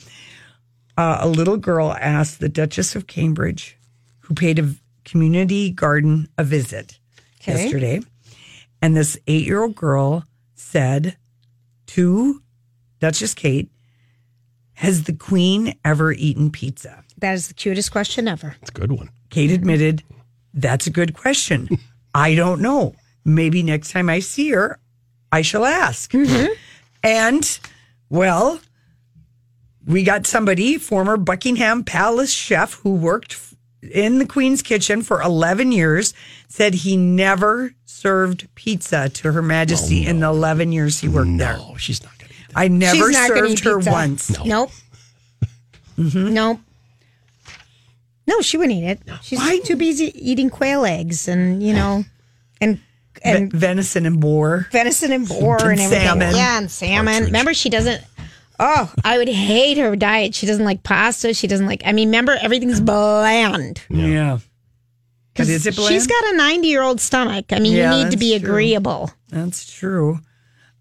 Speaker 2: Uh, a little girl asked the Duchess of Cambridge, who paid a v- community garden a visit
Speaker 3: Okay.
Speaker 2: yesterday, And this eight year old girl said to Duchess Kate, Has the Queen ever eaten pizza?
Speaker 3: That is the cutest question ever.
Speaker 14: It's a good one.
Speaker 2: Kate admitted, That's a good <laughs> question. I don't know. Maybe next time I see her, I shall ask. And well, we got somebody, former Buckingham Palace chef who worked f- in the Queen's kitchen for 11 years, said he never served pizza to Her Majesty in the 11 years he worked there. Oh, No,
Speaker 14: she's not going to
Speaker 2: eat that. I never
Speaker 3: She's not gonna
Speaker 2: served
Speaker 3: eat
Speaker 2: her
Speaker 3: pizza.
Speaker 2: once. Mm-hmm.
Speaker 3: Nope. Nope. No, she wouldn't eat it. She's too busy eating quail eggs and you know, and
Speaker 2: Ve- venison and boar.
Speaker 3: venison and boar and,
Speaker 2: And
Speaker 3: everything.
Speaker 2: salmon.
Speaker 3: Yeah, and salmon. Remember, she doesn't. Oh, I would hate her diet. She doesn't like pasta. She doesn't like. I mean, remember, everything's bland.
Speaker 2: Yeah. But is it bland?
Speaker 3: She's got a ninety-year-old stomach. I mean,
Speaker 2: Yeah,
Speaker 3: you need to
Speaker 2: that's
Speaker 3: be
Speaker 2: true.
Speaker 3: agreeable.
Speaker 2: That's true.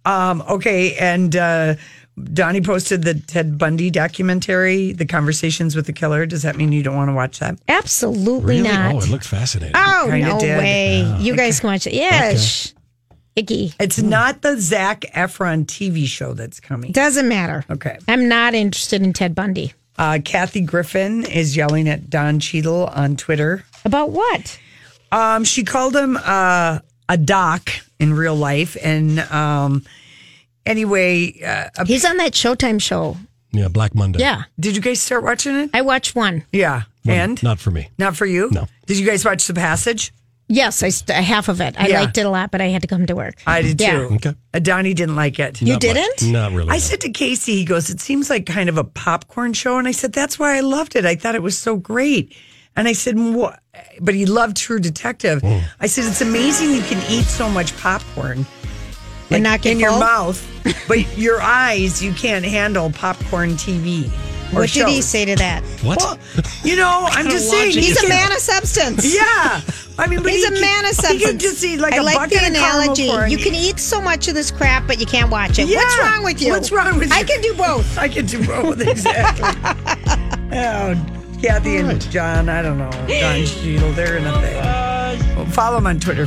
Speaker 2: Um, okay, and uh, Donnie posted the Ted Bundy documentary, The Conversations with the Killer. Does that mean you don't want to watch that?
Speaker 3: Absolutely not.
Speaker 14: Oh, it looked fascinating.
Speaker 3: Oh,
Speaker 2: Kinda
Speaker 3: no
Speaker 2: did. Oh,
Speaker 3: way. You guys can watch it. Yeah,
Speaker 2: Okay.
Speaker 3: sh- icky.
Speaker 2: It's not the Zach Efron TV show that's coming.
Speaker 3: Doesn't matter.
Speaker 2: Okay.
Speaker 3: I'm not interested in Ted Bundy.
Speaker 2: Uh, Kathy Griffin is yelling at Don Cheadle on Twitter.
Speaker 3: About what?
Speaker 2: Um, she called him uh, a doc in real life, and um, anyway, uh,
Speaker 3: He's on that Showtime show.
Speaker 14: Yeah, Black Monday.
Speaker 3: Yeah.
Speaker 2: did you guys start watching it?
Speaker 3: I watched one.
Speaker 2: Yeah,
Speaker 14: Well,
Speaker 2: and
Speaker 14: Not for me.
Speaker 2: not for you.
Speaker 14: No.
Speaker 2: did you guys watch The Passage?
Speaker 3: Yes, I st- half of it. I
Speaker 2: Yeah.
Speaker 3: liked it a lot, but I had to come to work.
Speaker 2: I did
Speaker 3: Yeah.
Speaker 2: too.
Speaker 14: Okay.
Speaker 2: Uh, Donnie didn't like it.
Speaker 3: You
Speaker 14: Not much.
Speaker 3: didn't?
Speaker 14: Not really.
Speaker 2: I
Speaker 14: no.
Speaker 2: said to Casey, he goes, it seems like kind of a popcorn show. And I said, that's why I loved it. I thought it was so great. And I said, what? But he loved True Detective. I said, it's amazing you can eat so much popcorn
Speaker 3: And not get
Speaker 2: in your
Speaker 3: full? <laughs>
Speaker 2: mouth, but your eyes, you can't handle popcorn TV. Or
Speaker 3: What did he
Speaker 2: shows.
Speaker 3: say to that?
Speaker 14: What?
Speaker 2: Well, you know, I'm just saying. he
Speaker 3: He's a
Speaker 2: can-
Speaker 3: man of substance.
Speaker 2: Yeah. I mean, but
Speaker 3: He's a
Speaker 2: he can-
Speaker 3: man of substance.
Speaker 2: He can just eat like
Speaker 3: I
Speaker 2: a
Speaker 3: like
Speaker 2: bucket
Speaker 3: the
Speaker 2: of caramel
Speaker 3: analogy.
Speaker 2: corn.
Speaker 3: You can eat so much of this crap, but you can't watch it. What's
Speaker 2: Yeah.
Speaker 3: wrong with you?
Speaker 2: What's wrong with
Speaker 3: I
Speaker 2: you?
Speaker 3: can do both.
Speaker 2: <laughs> I can do both, exactly. oh, Kathy and John, I don't know, Don Cheadle, they're in a thing. Well, follow him on Twitter.